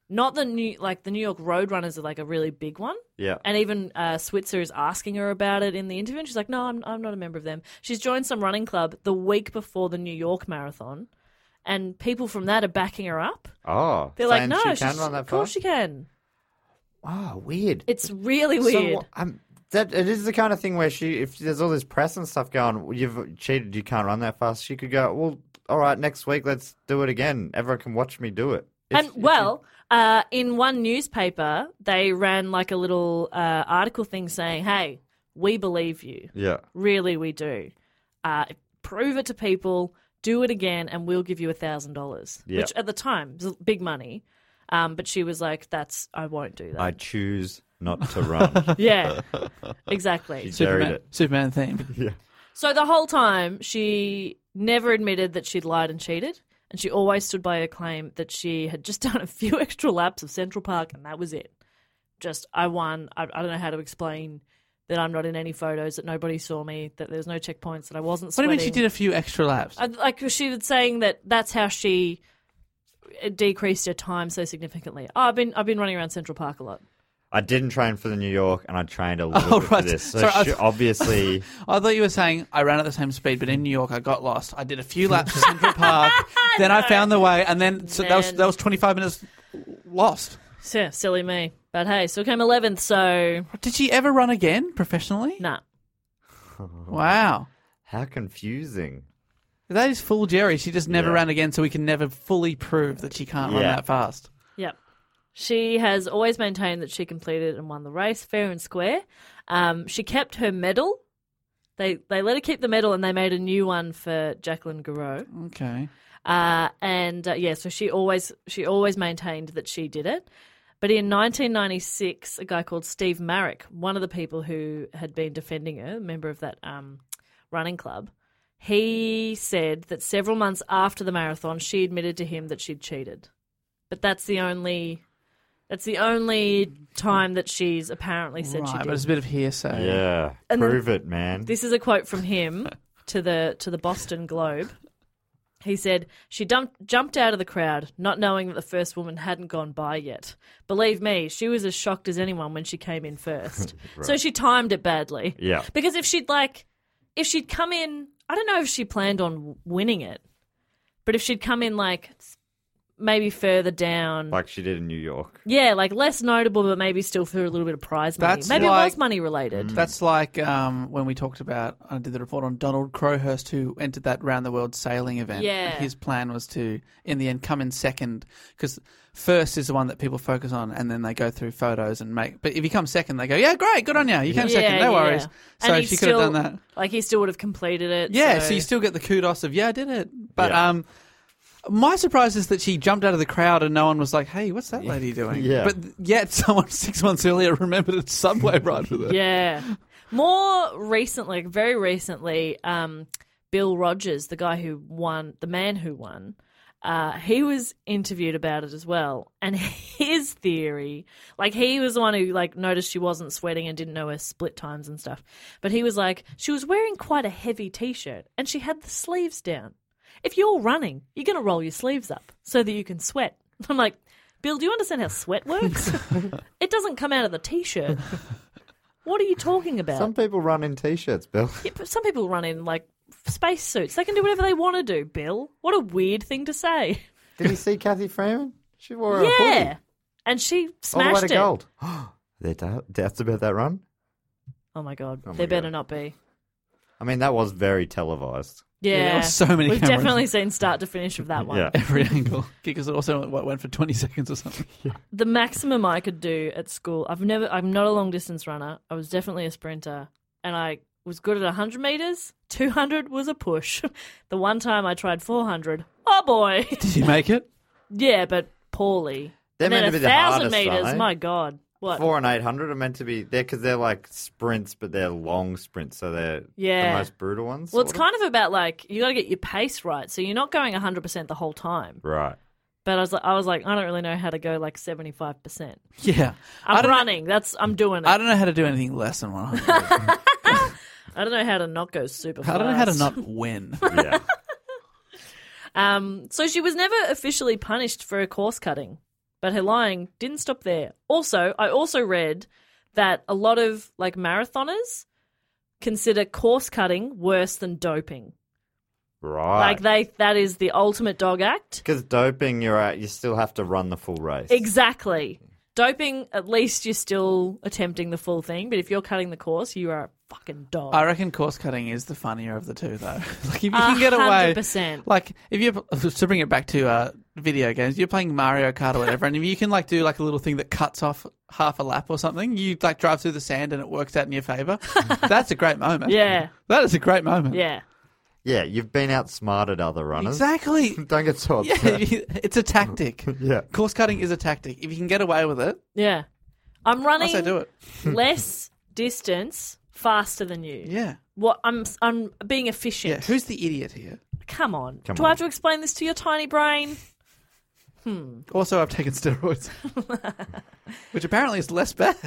A: not the new like the New York Roadrunners are like a really big one.
I: Yeah.
A: And even uh, Switzer is asking her about it in the interview. And she's like, no, I'm, I'm not a member of them. She's joined some running club the week before the New York Marathon. And people from that are backing her up.
C: Oh,
A: They're like,
C: saying
A: no,
C: she
A: she's,
C: can run that
A: of course
C: far?
A: she can.
C: Wow, weird.
A: It's really
C: So
A: weird.
C: what- um, that it is the kind of thing where she, if there's all this press and stuff going, "Well, you've cheated, you can't run that fast. She could go, well, all right, next week let's do it again. Everyone can watch me do it.
A: and well, uh, in one newspaper, they ran like a little uh, article thing saying, hey, we believe you.
C: Yeah.
A: Really, we do. Uh, prove it to people. Do it again, and we'll give you a thousand dollars,
C: Yeah.
A: which at the time was big money. Um, but she was like, "That's I won't do that."
C: I choose not to run.
A: Yeah, exactly.
C: She buried
H: Superman,
C: it.
H: Superman theme.
C: Yeah.
A: So the whole time, she never admitted that she'd lied and cheated, and she always stood by her claim that she had just done a few extra laps of Central Park, and that was it. Just I won. I, I don't know how to explain that I'm not in any photos, that nobody saw me, that there's no checkpoints, that I wasn't.
H: What do you mean she
A: sweating.
H: did a few extra laps?
A: I, like 'cause she was saying that that's how she decreased her time so significantly. Oh, I've been I've been running around Central Park a lot.
C: I didn't train for the New York, and I trained a little
H: Oh,
C: bit
H: right.
C: for this. So
H: Sorry, I
C: she
H: th-
C: obviously,
H: I thought you were saying I ran at the same speed, but in New York I got lost. I did a few laps of Central Park, then I found the way, and then so that was
A: Man.
H: that was twenty five minutes lost.
A: Yeah, silly me. But hey, still came eleventh. So
H: did she ever run again professionally?
A: Nah.
H: Wow,
C: how confusing.
H: that is full Jerry. She just never
C: Yeah.
H: ran again, so we can never fully prove that she can't run
C: Yeah.
H: that fast.
A: Yep. She has always maintained that she completed and won the race fair and square. Um, she kept her medal. They they let her keep the medal and they made a new one for Jacqueline Garreau.
H: Okay.
A: Uh, and uh, yeah, so she always she always maintained that she did it. But in 1996, a guy called Steve Marrick, one of the people who had been defending her, a member of that um, running club, he said that several months after the marathon, she admitted to him that she'd cheated. But that's the only that's the only time that she's apparently said she
H: Right,
A: did.
H: but it's a bit of hearsay.
C: Yeah,
A: And then-
C: prove it, man.
A: This is a quote from him to the to the Boston Globe. He said, "She dumped, jumped out of the crowd, not knowing that the first woman hadn't gone by yet. Believe me, she was as shocked as anyone when she came in first. So
I: Right.
A: she timed it badly.
I: Yeah.
A: because if she'd like, if she'd come in, I don't know if she planned on winning it, but if she'd come in like maybe further down.
C: like she did in New York.
A: yeah, like less notable, but maybe still for a little bit of prize money.
D: That's
A: maybe it
D: like-
A: was money related.
D: That's like um, when we talked about, I did the report on Donald Crowhurst, who entered that round the world sailing event.
A: Yeah.
D: And his plan was to, in the end, come in second, because first is the one that people focus on, and then they go through photos and make. But if you come second, they go, yeah, great, good on you. You came second, no worries.
A: yeah.
D: So
A: And he
D: she could have
A: still-
D: done that.
A: Like he still would have completed it.
D: Yeah, so you still get the kudos of, yeah, I did it. But
A: Yeah.
D: um, my surprise is that she jumped out of the crowd and no one was like, hey, what's that lady doing?
A: Yeah.
D: But yet someone six months earlier remembered a subway ride with her.
A: Yeah. More recently, like very recently, um, Bill Rogers, the guy who won, the man who won, uh, he was interviewed about it as well. And his theory, like he was the one who like noticed she wasn't sweating and didn't know her split times and stuff. But he was like, she was wearing quite a heavy t-shirt and she had the sleeves down. If you're running, you're going to roll your sleeves up so that you can sweat. I'm like, Bill, do you understand how sweat works? it doesn't come out of the t-shirt. What are you talking about?
C: Some people run in t-shirts, Bill.
A: Yeah, but some people run in like space suits. They can do whatever they want to do. Bill, what a weird thing to say.
C: Did you see Kathy Freeman? She wore a hoodie.
A: yeah, and she smashed
C: All the way to
A: it.
C: gold. They're dou- doubts about that run.
A: Oh my god,
C: Oh my
A: there better not be.
C: I mean, that was very televised.
A: Yeah,
D: there were so many
A: We've
D: cameras.
A: definitely seen start to finish of that one.
C: Yeah.
D: Every angle. Because it also what, went for 20 seconds or something.
A: The maximum I could do at school. I've never. I'm not a long distance runner. I was definitely a sprinter, and I was good at 100 meters. 200 was a push. the one time I tried 400. Oh boy.
D: Did you make it?
A: yeah, but poorly.
C: They're
A: and then
C: meant
A: a
C: to be the
A: thousand
C: hardest, aren't
A: meters.
C: they?
A: My god. What?
C: Four and eight hundred are meant to be there because they're like sprints, but they're long sprints, so they're
A: Yeah.
C: the most brutal ones.
A: Well, it's kind of about like you got to get your pace right, so you're not going 100 percent the whole time.
C: right.
A: But I was like, I was like, I don't really know how to go like 75 percent.
D: Yeah. I
A: I'm
D: don't know-
A: running. That's I'm doing it.
D: I don't know how to do anything less than 100.
A: I don't know how to not go super fast.
D: I don't know how to not win.
C: Yeah.
A: Um, so she was never officially punished for her course cutting, but her lying didn't stop there. Also, I also read that a lot of like marathoners consider course cutting worse than doping.
C: Right.
A: Like they that is the ultimate dog act.
C: Because doping, you're at, you still have to run the full race.
A: Exactly. Doping, at least you're still attempting the full thing, but if you're cutting the course, you are a fucking dog.
D: I reckon course cutting is the funnier of the two, though. like if you can get away,
A: 100%.
D: like if you to bring it back to uh, video games, you're playing Mario Kart or whatever, and if you can like do like a little thing that cuts off half a lap or something, you like drive through the sand and it works out in your favor. That's a great moment.
A: Yeah.
D: that is a great moment.
A: Yeah.
C: Yeah, you've been outsmarted other runners.
D: Exactly.
C: Don't get so
D: Yeah,
C: upset.
D: it's a tactic.
C: Yeah.
D: Course cutting is a tactic. If you can get away with it,
A: Yeah. I'm
D: I say
A: running
D: do it.
A: less distance faster than you.
D: Yeah.
A: What I'm I'm being
D: Yeah.
A: efficient.
D: Who's the idiot here?
A: Come on.
C: Come
A: Do
C: on.
A: I have to explain this to your tiny brain?
D: Also, I've taken steroids, which apparently is less bad.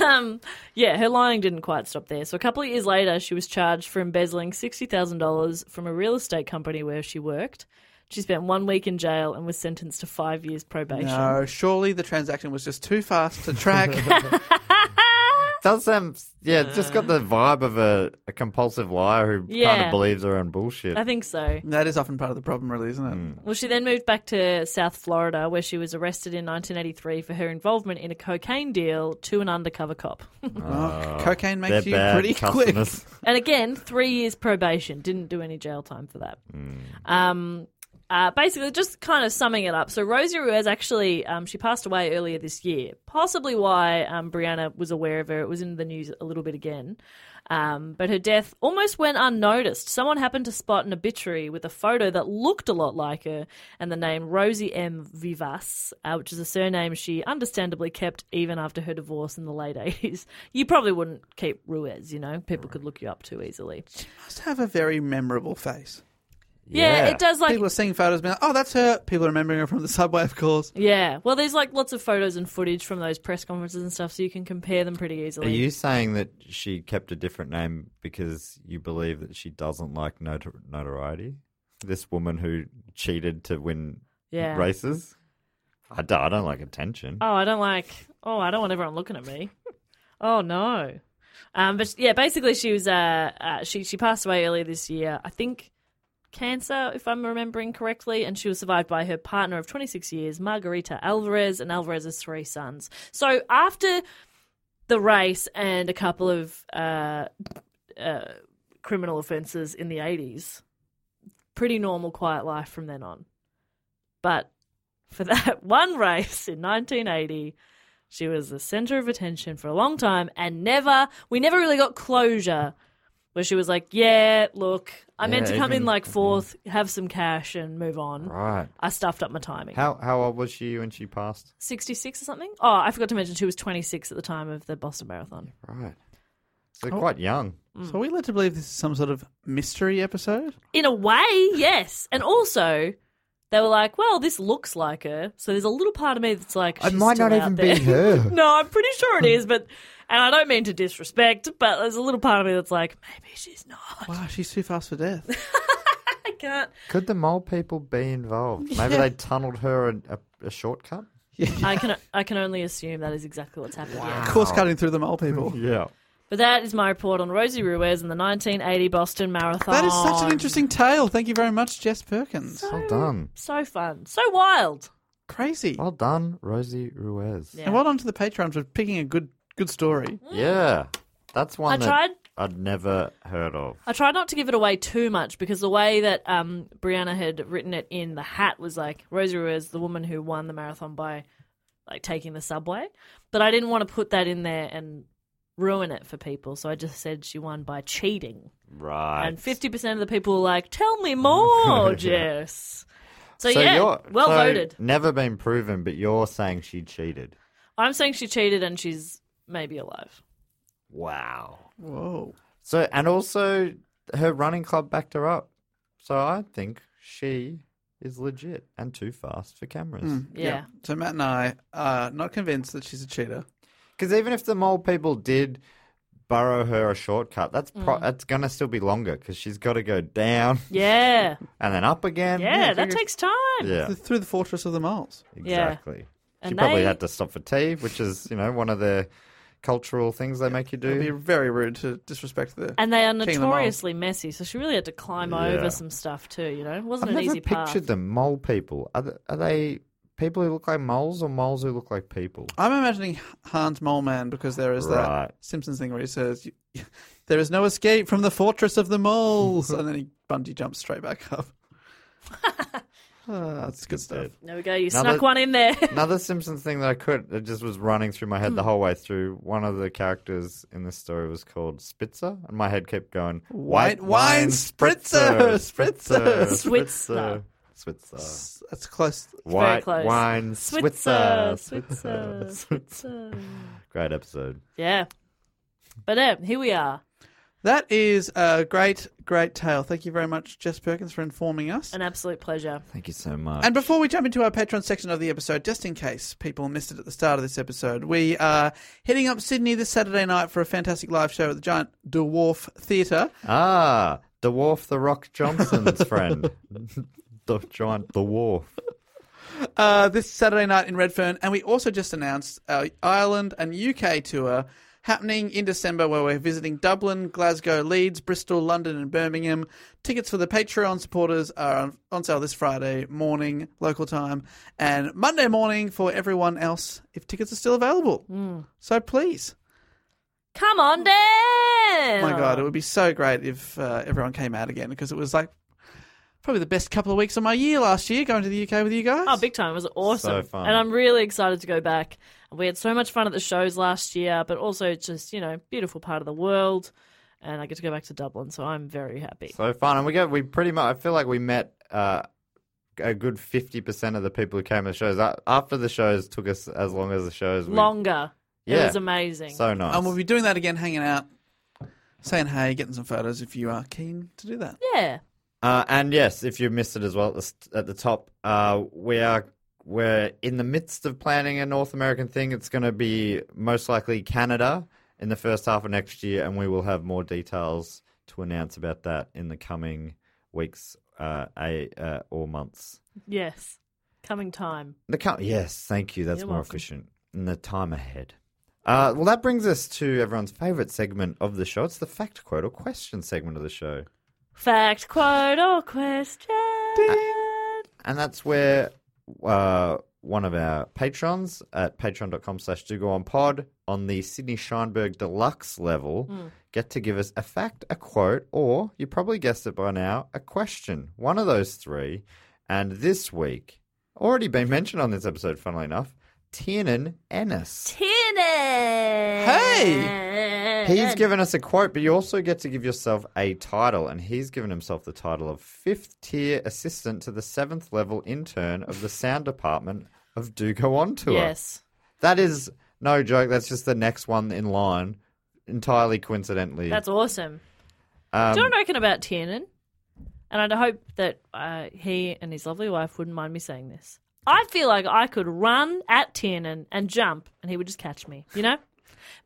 A: Um, yeah, her lying didn't quite stop there. So a couple of years later, she was charged for embezzling sixty thousand dollars from a real estate company where she worked. She spent one week in jail and was sentenced to five years probation.
D: No, surely the transaction was just too fast to track.
C: Does them? Yeah, it's just got the vibe of a, a compulsive liar who kind
A: Yeah.
C: of believes her own bullshit.
A: I think so.
D: that is often part of the problem, really, isn't it?
A: Well, she then moved back to South Florida, where she was arrested in 1983 for her involvement in a cocaine deal to an undercover cop.
D: Oh, cocaine makes
C: Uh, They're
D: you
C: bad
D: pretty
C: customers.
A: and again, three years probation. Didn't do any jail time for that. Um, uh, basically, just kind of summing it up. So Rosie Ruiz actually, um, she passed away earlier this year. Possibly why um, Brianna was aware of her. It was in the news a little bit again. Um, but her death almost went unnoticed. Someone happened to spot an obituary with a photo that looked a lot like her and the name Rosie M. Vivas, uh, which is a surname she understandably kept even after her divorce in the late 80s. You probably wouldn't keep Ruiz, you know? People could look you up too easily.
D: quick. Must have a very memorable face.
A: Yeah, it does like.
D: People are seeing photos, being like, "Oh, that's her." People are remembering her from the subway, of course.
A: yeah, well, there's like lots of photos and footage from those press conferences and stuff, so you can compare them pretty
C: Are
A: easily.
C: you saying that she kept a different name because you believe that she doesn't like notor- notoriety? This woman who cheated to win
A: Yeah.
C: races? I don't, I don't like attention.
A: Oh, I don't like. Oh, I don't want everyone looking at me. Oh no. Um, but yeah, basically she was. Uh, uh, she she passed away earlier this year. I think cancer, if I'm remembering correctly, and she was survived by her partner of 26 years, Margarita Alvarez, and Alvarez's three sons. So after the race and a couple of uh, uh, criminal offences in the 80s, pretty normal, quiet life from then on. But for that one race in 1980, she was the center of attention for a long time and never, we never really got closure where she was like, yeah, look, I meant
C: Yeah,
A: to come in
C: even-
A: like fourth, have some cash and move on.
C: Right.
A: I stuffed up my timing.
C: How how old was she when she passed?
A: 66 or something? Oh, I forgot to mention she was 26 at the time of the Boston Marathon.
C: Right. So quite young.
A: Hmm.
D: So are we led to believe this is some sort of mystery episode?
A: In a way, yes. And also, they were like, well, this looks like her. So there's a little part of me that's like,
C: It
A: she's
C: might
A: still
C: not
A: out
C: even
A: there.
C: be her.
A: no, I'm pretty sure it is, but. And I don't mean to disrespect, but there's a little part of me that's like, maybe she's not.
D: Wow, she's too fast for death.
A: I can't.
C: Could the mole people be involved? Maybe they tunneled her a, a, a shortcut.
A: I can. I can only assume that is exactly what's happened. yeah.
D: Course cutting through the mole people.
C: Yeah.
A: But that is my report on Rosie Ruiz and the 1980 Boston Marathon.
D: That is such an interesting tale. Thank you very much, Jess Perkins.
C: Well done.
A: so fun, so wild.
D: Crazy.
C: Well done, Rosie Ruiz.
A: Yeah.
D: And well done to the patrons for picking a good good story.
C: Yeah. That's one
A: I
C: that
A: tried.
C: I'd never heard of.
A: I tried not to give it away too much because the way that um, Brianna had written it in the hat was like Rosie Ruiz, the woman who won the marathon by like taking the subway. But I didn't want to put that in there and ruin it for people, so I just said she won by cheating.
C: Right.
A: And fifty percent of the people were like, "Tell me more, Jess." So, yeah,
C: you're-
A: well
C: so
A: voted.
C: Never been proven, but you're saying she cheated.
A: I'm saying she cheated and she's maybe alive.
C: Wow.
D: Whoa.
C: So and also her running club backed her up. So I think she is legit and too fast for cameras.
A: Yeah.
D: So Matt and I are not convinced that she's a cheater.
C: Because even if the mole people did burrow her a shortcut, that's pro-
A: Mm.
C: that's gonna still be longer because she's got to go down
A: Yeah.
C: and then up again.
A: Yeah, that takes time.
C: Yeah,
D: Th- Through the fortress of the moles.
C: exactly. She
A: And
C: probably
A: they-
C: had to stop for tea, which is you know one of the cultural things they make you
D: It would be
C: do.
D: very rude to disrespect the.
A: And they are
D: King of the Moles.
A: notoriously messy, so she really had to climb
C: Yeah.
A: over some stuff too, you know? It wasn't
C: I've
A: an
C: never
A: easy
C: pictured
A: path.
C: them mole people. Are, th- are they people who look like moles or moles who look like people?
D: I'm imagining Hans Mole Man because there is
C: Right.
D: that Simpsons thing where he says, "You- "There is no escape from the fortress of the moles," and then he bungee jumps straight back up. Ah, that's good stuff.
A: There we go, you
C: Now
A: snuck
C: that-
A: one in there.
C: Another Simpsons thing that I could that just was running through my head
A: Hmm.
C: the whole way through. One of the characters in this story was called Spitzer, and my head kept going
D: White wine spritzer, spritzer,
C: Spritzer,
A: Switzer.
C: Switzer,
D: That's close.
C: White
A: close.
C: wine
A: Switzer,
C: Switzer,
A: Switzer, Switzer.
C: Great episode.
A: Yeah. But yeah, here we are.
D: That is a great, great tale. Thank you very much, Jess Perkins, for informing us.
A: An absolute pleasure.
C: Thank you so much.
D: And before we jump into our Patreon section of the episode, just in case people missed it at the start of this episode, we are heading up Sydney this Saturday night for a fantastic live show at the Giant Dwarf Theatre.
C: ah, Dwarf the Rock Johnson's friend, the giant Dwarf.
D: uh, this Saturday night in Redfern, and we also just announced our Ireland and UK tour happening in December, where we're visiting Dublin, Glasgow, Leeds, Bristol, London, and Birmingham. Tickets for the Patreon supporters are on, on sale this Friday morning, local time, and Monday morning for everyone else if tickets are still available. So please.
A: Come on down.
D: Oh my god, it would be so great if uh, everyone came out again because it was like probably the best couple of weeks of my year last year going to the UK with you guys.
A: Oh, big time. It was awesome.
C: So fun.
A: And I'm really excited to go back. We had so much fun at the shows last year, but also it's just, you know, beautiful part of the world. And I get to go back to Dublin, so I'm very happy.
C: So fun, and we got we pretty much. I feel like we met uh, a good fifty percent of the people who came to the shows. A- After the shows took us as long as the shows. We,
A: Longer. It
C: Yeah.
A: was amazing.
C: So
H: Um,
C: nice.
D: And we'll be doing that again, hanging out, saying hey, getting some photos if you are keen to do that.
A: yeah.
C: Uh, and yes, if you missed it as well at the, st- at the top, uh, we are we're in the midst of planning a North American thing. It's going to be most likely Canada in the first half of next year, and we will have more details to announce about that in the coming weeks, uh, a, uh, or months.
A: Yes. Coming time.
C: The co- yes, thank you. That's
A: You're
C: more
A: welcome.
C: efficient. And the time ahead. Uh, well, that brings us to everyone's favourite segment of the show. It's the fact, quote, or question segment of the show.
A: Fact, quote, or question.
C: And that's where uh, one of our patrons at patreon.com slash do go on pod on the Sydney Scheinberg deluxe level
A: Mm.
C: get to give us a fact, a quote, or you probably guessed it by now, a question. One of those three. And this week, already been mentioned on this episode, funnily enough, Tiernan Ennis.
A: Tiernan.
C: Hey! He's given us a quote, but you also get to give yourself a title, and he's given himself the title of fifth tier assistant to the seventh level intern of the sound department of Do Go On Tour.
A: Yes.
C: That is no joke. That's just the next one in line, entirely coincidentally.
A: That's awesome.
C: Um,
A: Do you know what I reckon about Tiernan? And I hope that uh, he and his lovely wife wouldn't mind me saying this. I feel like I could run at Tiernan and jump, and he would just catch me. You know,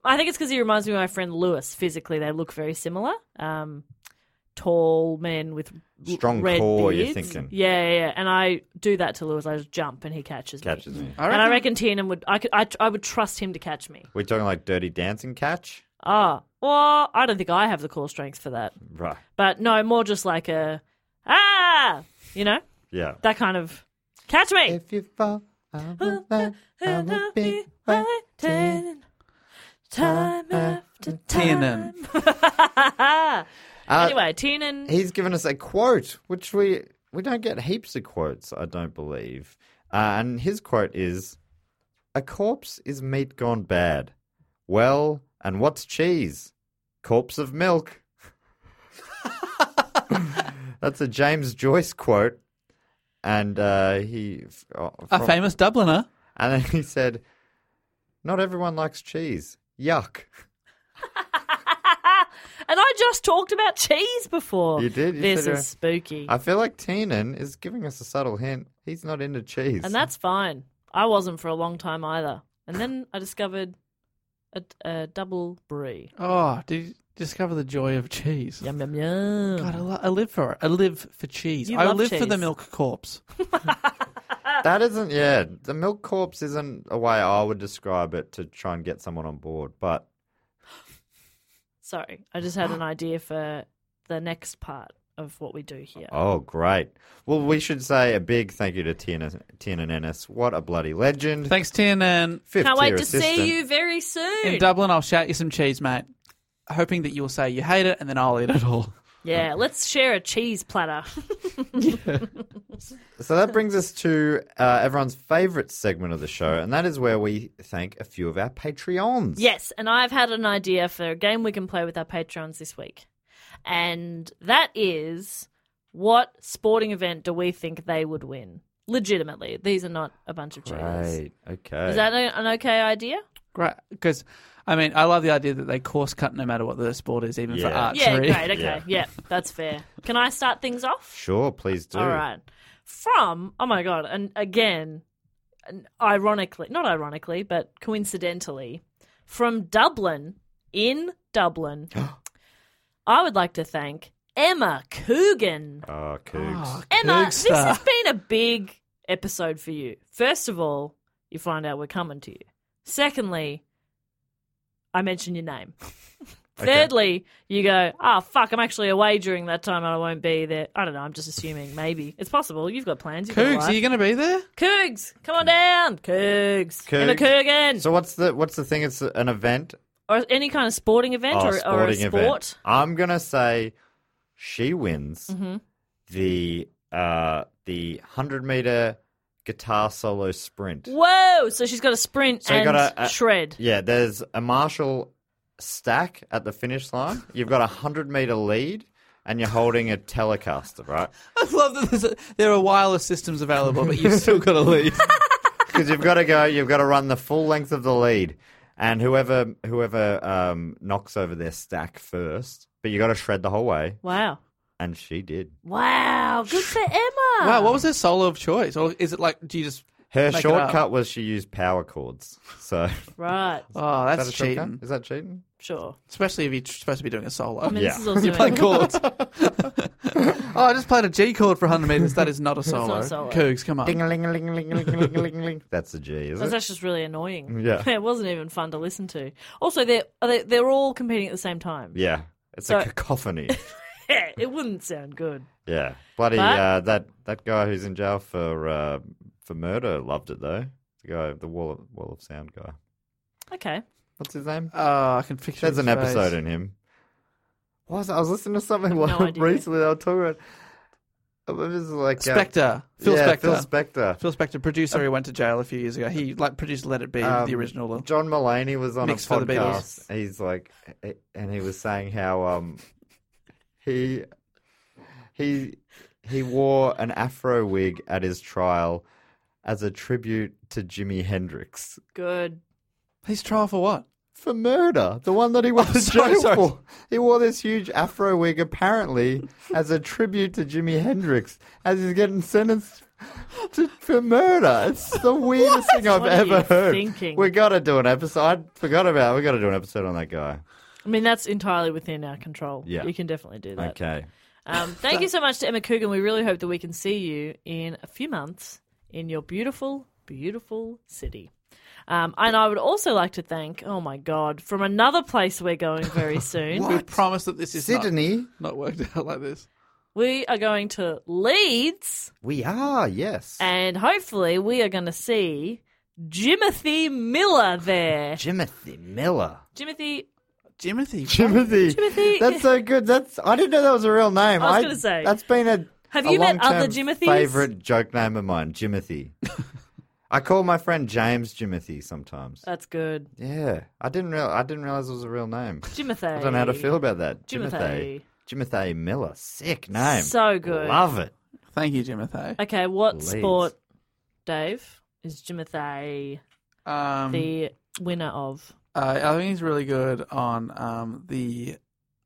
A: I think it's because he reminds me of my friend Lewis. Physically, they look very similar. Um, tall men with l-
C: Strong
A: red
C: core, you're
A: beards.
C: thinking.
A: Yeah, yeah, yeah. And I do that to Lewis. I just jump, and he catches,
C: Catches
A: me.
C: me.
A: and I reckon Tiernan would. I could. I, I would trust him to catch me.
C: We're talking like dirty dancing catch?
A: Ah, well, I don't think I have the core strength for that.
C: Right.
A: But no, more just like a ah, you know,
C: Yeah.
A: that kind of catch me. If
C: you fall, I will land on a big
A: Tiernan. Time after
H: Tiernan.
A: time.
C: Uh,
A: anyway, Tiernan.
C: He's given us a quote, which we we don't get heaps of quotes, I don't believe. Uh, and his quote is, "A corpse is meat gone bad. Well, and what's cheese? Corpse of milk." That's a James Joyce quote, and uh, he oh,
H: A
C: from-
H: famous Dubliner.
C: And then he said, "Not everyone likes cheese. Yuck."
A: And I just talked about cheese before.
C: You did. You
A: this
C: said you-
A: is spooky.
C: I feel like Teenan is giving us a subtle hint. He's not into cheese.
A: And that's fine. I wasn't for a long time either. And then I discovered a, a double brie.
H: Oh, did you discover the joy of cheese?
A: Yum, yum, yum.
H: God, I, lo- I live for it. I live for cheese.
A: You
H: I
A: love
H: live for the
A: cheese.
H: milk corpse.
C: that isn't yeah the milk corpse isn't a way i would describe it to try and get someone on board but
A: Sorry, I just had an idea for the next part of what we do here.
C: oh great well we should say a big thank you to tiernan Tiernan ennis what a bloody legend
H: Thanks, Tin. And
C: Fifth
A: Can't wait
C: tier
A: to
C: assistant. uh,
A: see you very soon.
H: in Dublin, I'll shout you some cheese, mate. Hoping that you'll say you hate it, and then I'll eat it all.
A: yeah, let's share a cheese platter.
C: so that brings us to uh, everyone's favorite segment of the show and that is where we thank a few of our patreons
A: yes, and I've had an idea for a game we can play with our patrons this week. And that is what sporting event do we think they would win? Legitimately, these are not a bunch of cheaters.
C: right okay
A: Is that a- an okay idea?
H: Great, because I mean, I love the idea that they course cut no matter what the sport is, even for
C: Yeah.
H: archery.
A: Yeah, great. Okay,
C: Yeah.
A: yeah. that's fair. Can I start things off?
C: sure please do
A: All right. From oh my god, and again, and ironically, not ironically, but coincidentally, from Dublin in Dublin, I would like to thank Emma Coogan.
C: oh Cougs.
D: Ah.
A: Emma, uh, this
H: Coogster.
A: has been a big episode for you. First of all, you find out we're coming to you. Secondly, I mention your name. Thirdly, you go, oh, fuck, I'm actually away during that time and I won't be there. I don't know, I'm just assuming. Maybe. It's possible. You've got plans. You've
H: Cougs,
A: got
H: are you going to be there?
A: Cougs, come on down. Cougs.
C: Cougs.
A: Emma Coogan.
C: so what's the what's the thing it's an event
A: or any kind of sporting event
C: Oh,
A: or, or a
C: sporting
A: sport.
C: event. I'm gonna say she wins
A: Mhm.
C: the uh the hundred meter guitar solo sprint.
A: Whoa. So she's got a sprint
C: So you
A: and
C: gotta, uh,
A: shred.
C: Yeah, there's a Marshall stack at the finish line. You've got a hundred meter lead, and you're holding a Telecaster, right?
H: I love that there's a, there are wireless systems available, but you've still got to leave.
C: Because you've got to go. You've got to run the full length of the lead, and whoever whoever um, knocks over their stack first. But you got to shred the whole way,
A: Wow.
C: and she did.
A: Wow. Good for Emma.
H: wow, what was her solo of choice? Or is it like, do you just.
C: Her
H: Make it up.
C: shortcut was she used power chords. So
A: Right.
H: Oh, that's
C: Is that a shortcut?
H: cheating.
C: Is that cheating?
A: Sure.
H: Especially if you're supposed to be doing a solo.
A: I mean,
C: Yeah.
A: this is also
H: You're playing chords. oh, I just played a G chord for 100 metres. That is not a solo.
A: not a solo.
H: Cougs, come on.
C: Ding a ling a ling a ling a ling a ling a ling ling. That's the G, is
A: That's
C: it?
A: just really annoying.
C: Yeah.
A: it wasn't even fun to listen to. Also, they're are they, they're all competing at the same time.
C: Yeah. It's a
A: So-
C: cacophony.
A: it wouldn't sound good.
C: Yeah, bloody
A: But-
C: uh, that that guy who's in jail for uh, for murder loved it though. The guy, the wall of, wall of sound guy.
A: Okay.
C: What's his name?
H: Ah,
D: Oh, I can picture.
C: There's
D: his
C: an episode
D: face.
C: in him. Was I was listening to something
A: no idea.
C: recently? They were talking about. It was like uh,
D: Spectre. Phil
C: yeah,
D: Spector.
C: Phil Spector.
D: Phil Spector, producer who went to jail a few years ago. He like produced Let It Be,
C: Um,
D: the original.
C: John Mulaney was on
D: Mix
C: a
D: for the Beatles.
C: podcast. He's like, and he was saying how um, he he he wore an afro wig at his trial as a tribute to Jimi Hendrix
A: Good.
D: He's trial for what?
C: for murder, the one that he went to
D: sorry,
C: jail
D: sorry.
C: for. He wore this huge afro wig apparently as a tribute to Jimi Hendrix as he's getting sentenced. To, for murder, it's the weirdest thing I've
A: What are
C: ever
A: you
C: heard.
A: thinking?
C: We gotta do an episode. I forgot about. We gotta do an episode on that guy.
A: I mean, that's entirely within our control.
C: Yeah.
A: You can definitely do that.
C: Okay.
A: Um, thank you so much to Emma Coogan. We really hope that we can see you in a few months in your beautiful, beautiful city. Um, and I would also like to thank, oh my God, from another place we're going very soon.
D: We promise that this is not-
C: Sydney?
D: Not, worked out like this.
A: we are going to Leeds,
C: We are, yes.
A: and hopefully we are going to see Jimothy Miller there.
C: Jimothy Miller.
A: Jimothy,
D: Jimothy.
C: Jimothy.
A: Jimothy.
C: That's so good. That's I didn't know that was a real name.
A: I was gonna say.
C: That's been a
A: Have
C: a
A: you met other
C: long-term
A: Jimothys?
C: Favorite joke name of mine, Jimothy. I call my friend James Jimothy sometimes.
A: that's good.
C: yeah, I didn't real I didn't realize it was a real name.
A: Jimothy.
C: I don't know how to feel about that.
A: Jimothy.
C: Jimothy Miller. Sick name.
A: So good.
C: Love it.
D: Thank you, Jimothy.
A: Okay, what
C: Leeds.
A: sport, Dave, is Jimothy
D: Um,
A: the winner of?
D: uh, I think he's really good on um, the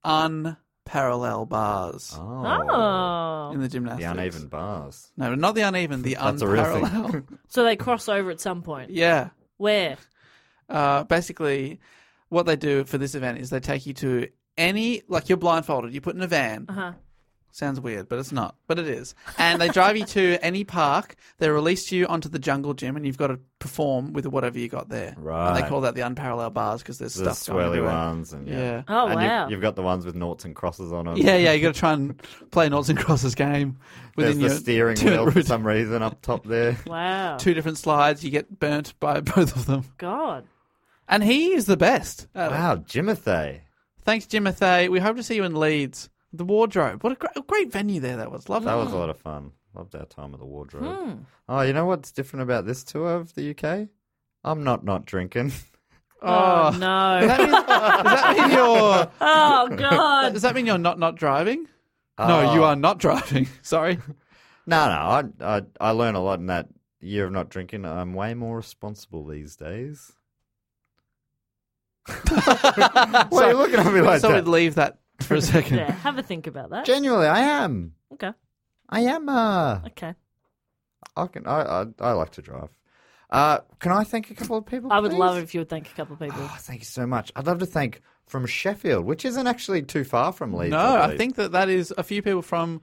D: unparallel bars
A: Oh.
D: in the gymnastics.
C: Oh. The uneven bars.
D: No, not the uneven. The
C: That's a real thing.
D: unparallel.
A: So they cross over at some point.
D: yeah.
A: Where?
D: Uh, basically, what they do for this event is they take you to any like you're blindfolded. You put in a van.
A: Uh-huh.
D: Sounds weird, but it's not. But it is. And they drive you to any park. They release you onto the jungle gym, and you've got to perform with whatever you got there. And
C: Right.
D: they call that the unparalleled bars because there's
C: The
D: stuff going
C: swirly
D: everywhere.
C: ones and yeah.
D: Yeah.
A: Oh,
C: and
A: wow.
C: You've, you've got the ones with noughts and crosses on them.
D: Yeah, yeah, you got to try and play Noughts and Crosses game
C: There's
D: within
C: the
D: your
C: steering
D: two-
C: wheel for some reason up top there.
A: Wow.
D: Two different slides, you get burnt by both of them.
A: God.
D: And he is the best. at it.
C: Wow, Jimothy.
D: Thanks, Jimothy. We hope to see you in Leeds. The wardrobe. What a great, great venue there that was. Love
C: That was a lot of fun. Loved our time at the wardrobe.
D: Hmm.
C: Oh, you know what's different about this tour of the UK? I'm not not drinking.
A: Oh,
D: Oh,
A: no.
D: does that mean you're?
A: oh God.
D: Does that mean you're not not driving?
C: Uh,
D: No, you are not driving. Sorry.
C: Oh. No, no, I, I I learn a lot in that year of not drinking. I'm way more responsible these days. Why are
D: Sorry.
C: you looking at me like
D: so
C: that?
D: we'd leave that for a second.
A: Yeah, have a think about that.
C: Genuinely, I am.
A: Okay.
C: I am. Uh,
A: Okay.
C: I can. I, I I like to drive. Uh, can I thank a couple of people?
A: I would
C: please?
A: love it if you would thank a couple of people.
C: Oh, thank you so much. I'd love to thank from Sheffield, which isn't actually too far from Leeds.
D: No, I
C: believe.
D: think that that is a few people from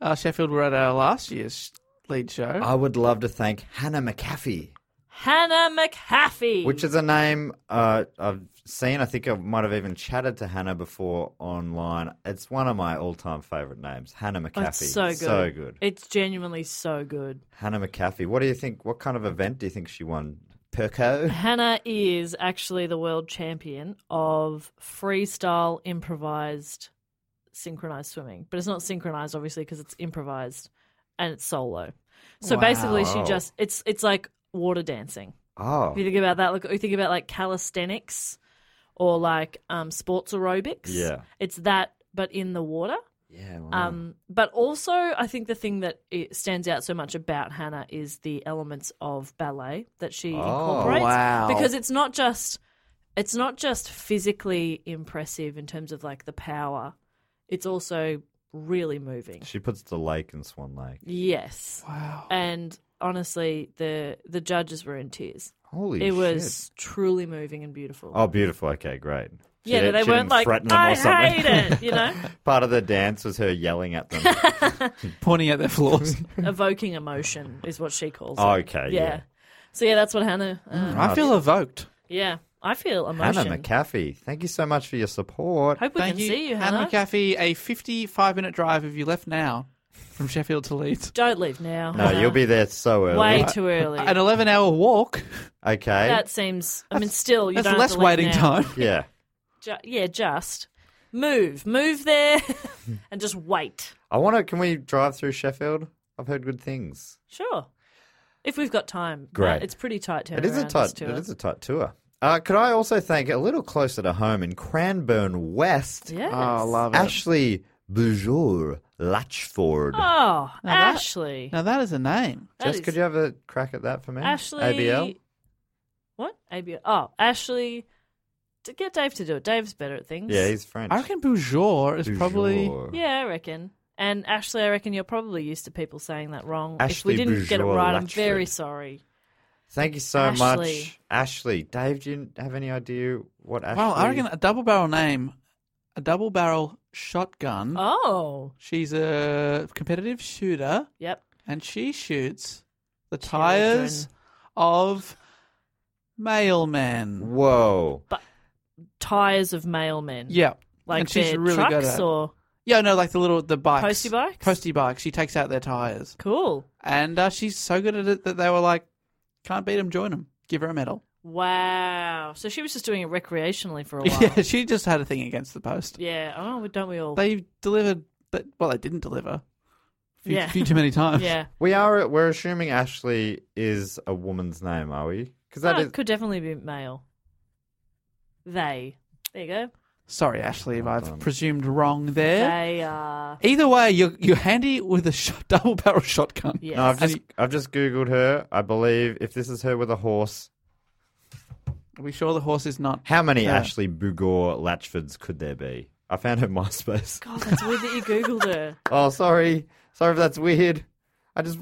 D: uh, Sheffield were at our last year's lead show.
C: I would love to thank Hannah McAfee,
A: Hannah McAfee.
C: which is a name uh, I've seen. I think I might have even chatted to Hannah before online. It's one of my all-time favorite names, Hannah
A: Oh,
C: McAfee.
A: it's so good.
C: so good.
A: It's genuinely so good.
C: Hannah McAfee. What do you think? What kind of event do you think she won? Perco.
A: Hannah is actually the world champion of freestyle improvised synchronized swimming, but it's not synchronized obviously because it's improvised and it's solo. So basically, she
C: Wow.
A: just it's it's like water dancing.
C: Oh,
A: If you think about that, look, if you think about like calisthenics or like um, sports aerobics.
C: Yeah.
A: it's that, but in the water.
C: yeah. Wow.
A: Um, but also, I think the thing that it stands out so much about Hannah is the elements of ballet that she
C: Oh,
A: incorporates.
D: wow.
A: Because it's not just it's not just physically impressive in terms of like the power. It's also really moving.
C: she puts the lake in Swan Lake.
A: Yes.
D: Wow.
A: And honestly, the the judges were in tears.
C: Holy
A: it
C: shit.
A: was truly moving and beautiful.
C: Oh, beautiful. Okay, great. She
A: yeah,
C: didn't-
A: they
C: she
A: weren't
C: didn't
A: like
C: threaten them or
A: I
C: something.
A: hate it, you know,
C: Part of the dance was her yelling at them.
D: Pointing at their flaws.
A: evoking emotion is what she calls it.
C: okay, yeah.
A: So yeah, that's what Hannah. Uh,
D: I feel evoked.
A: Yeah, I feel
C: Hannah
A: emotion.
C: McAfee, thank you so much for your support.
A: Hope we can see you,
D: Hannah
A: Hannah.
D: McAfee, a 55 minute drive if you left now from Sheffield to Leeds.
A: Don't leave now.
C: No,
A: Hannah.
C: you'll be there so early.
A: Way too early.
D: An 11 hour walk.
C: Okay.
A: That seems. I mean, still, you
D: That's
A: don't have
D: less
A: to leave
D: waiting
A: now.
D: time.
C: yeah.
A: Ju- yeah, just move, move there, and just wait.
C: I want to. Can we drive through Sheffield? I've heard good things.
A: Sure, if we've got time.
C: Great.
A: it's pretty tight.
C: It is
A: turnaround,
C: a
A: this
C: tight.
A: tour.
C: It is a tight tour. Uh, could I also thank a little closer to home in Cranbourne West,
A: Yes.
D: Oh, love it.
C: Ashley Bujour Latchford.
A: Oh,
D: Now that-
A: Ashley.
D: Now that is a name.
A: That
C: Jess,
A: is-
C: could you have a crack at that for me?
A: Ashley.
C: ABL.
A: What? ABL. Oh, Ashley. To get Dave to do it. Dave's better at things.
C: Yeah, he's French.
D: I reckon Boujour is probably.
C: Bujour.
A: Yeah, I reckon. And Ashley, I reckon you're probably used to people saying that wrong. if
C: Ashley
A: we didn't get it
C: Bujour
A: right, I'm
C: Latchford.
A: very sorry.
C: Thank you so
A: Ashley.
C: much, Ashley. Dave, do you have any idea what Ashley?
D: Wow, I reckon a double barrel name, a double barrel shotgun.
A: Oh,
D: She's a competitive shooter,
A: yep.
D: and she shoots the tires of mailmen.
C: Whoa.
A: Tires of mailmen.
D: Yeah,
A: Like
D: and she's
A: their
D: really
A: trucks
D: good at it.
A: or
D: yeah, no, like the little the bikes,
A: Postie bikes?
D: postie bikes. She takes out their tires,
A: cool.
D: and uh, she's so good at it that they were like, "Can't beat 'em, join 'em, give her a medal."
A: Wow. So she was just doing it recreationally for a while.
D: Yeah, she just had a thing against the post.
A: Yeah. Oh, well, don't we all?
D: They delivered, but well, they didn't deliver. Few,
A: Yeah.
D: few too many times.
A: yeah.
C: We are. We're assuming Ashley is a woman's name, are we? Because that
A: Oh,
C: is.
A: it could definitely be male. They. There you go.
D: Sorry, Ashley, if I've presumed wrong there.
A: They are.
D: Either way, you're you're handy with a shot, double barrel shotgun.
A: Yes.
C: No, I've just I've just googled her. I believe if this is her with a horse,
D: Are we sure the horse is not?
C: how many
D: Uh,
C: Ashley Bugor Latchfords could there be? I found her MySpace.
A: God, that's weird that you Googled her.
C: Oh, sorry, sorry if that's weird. I just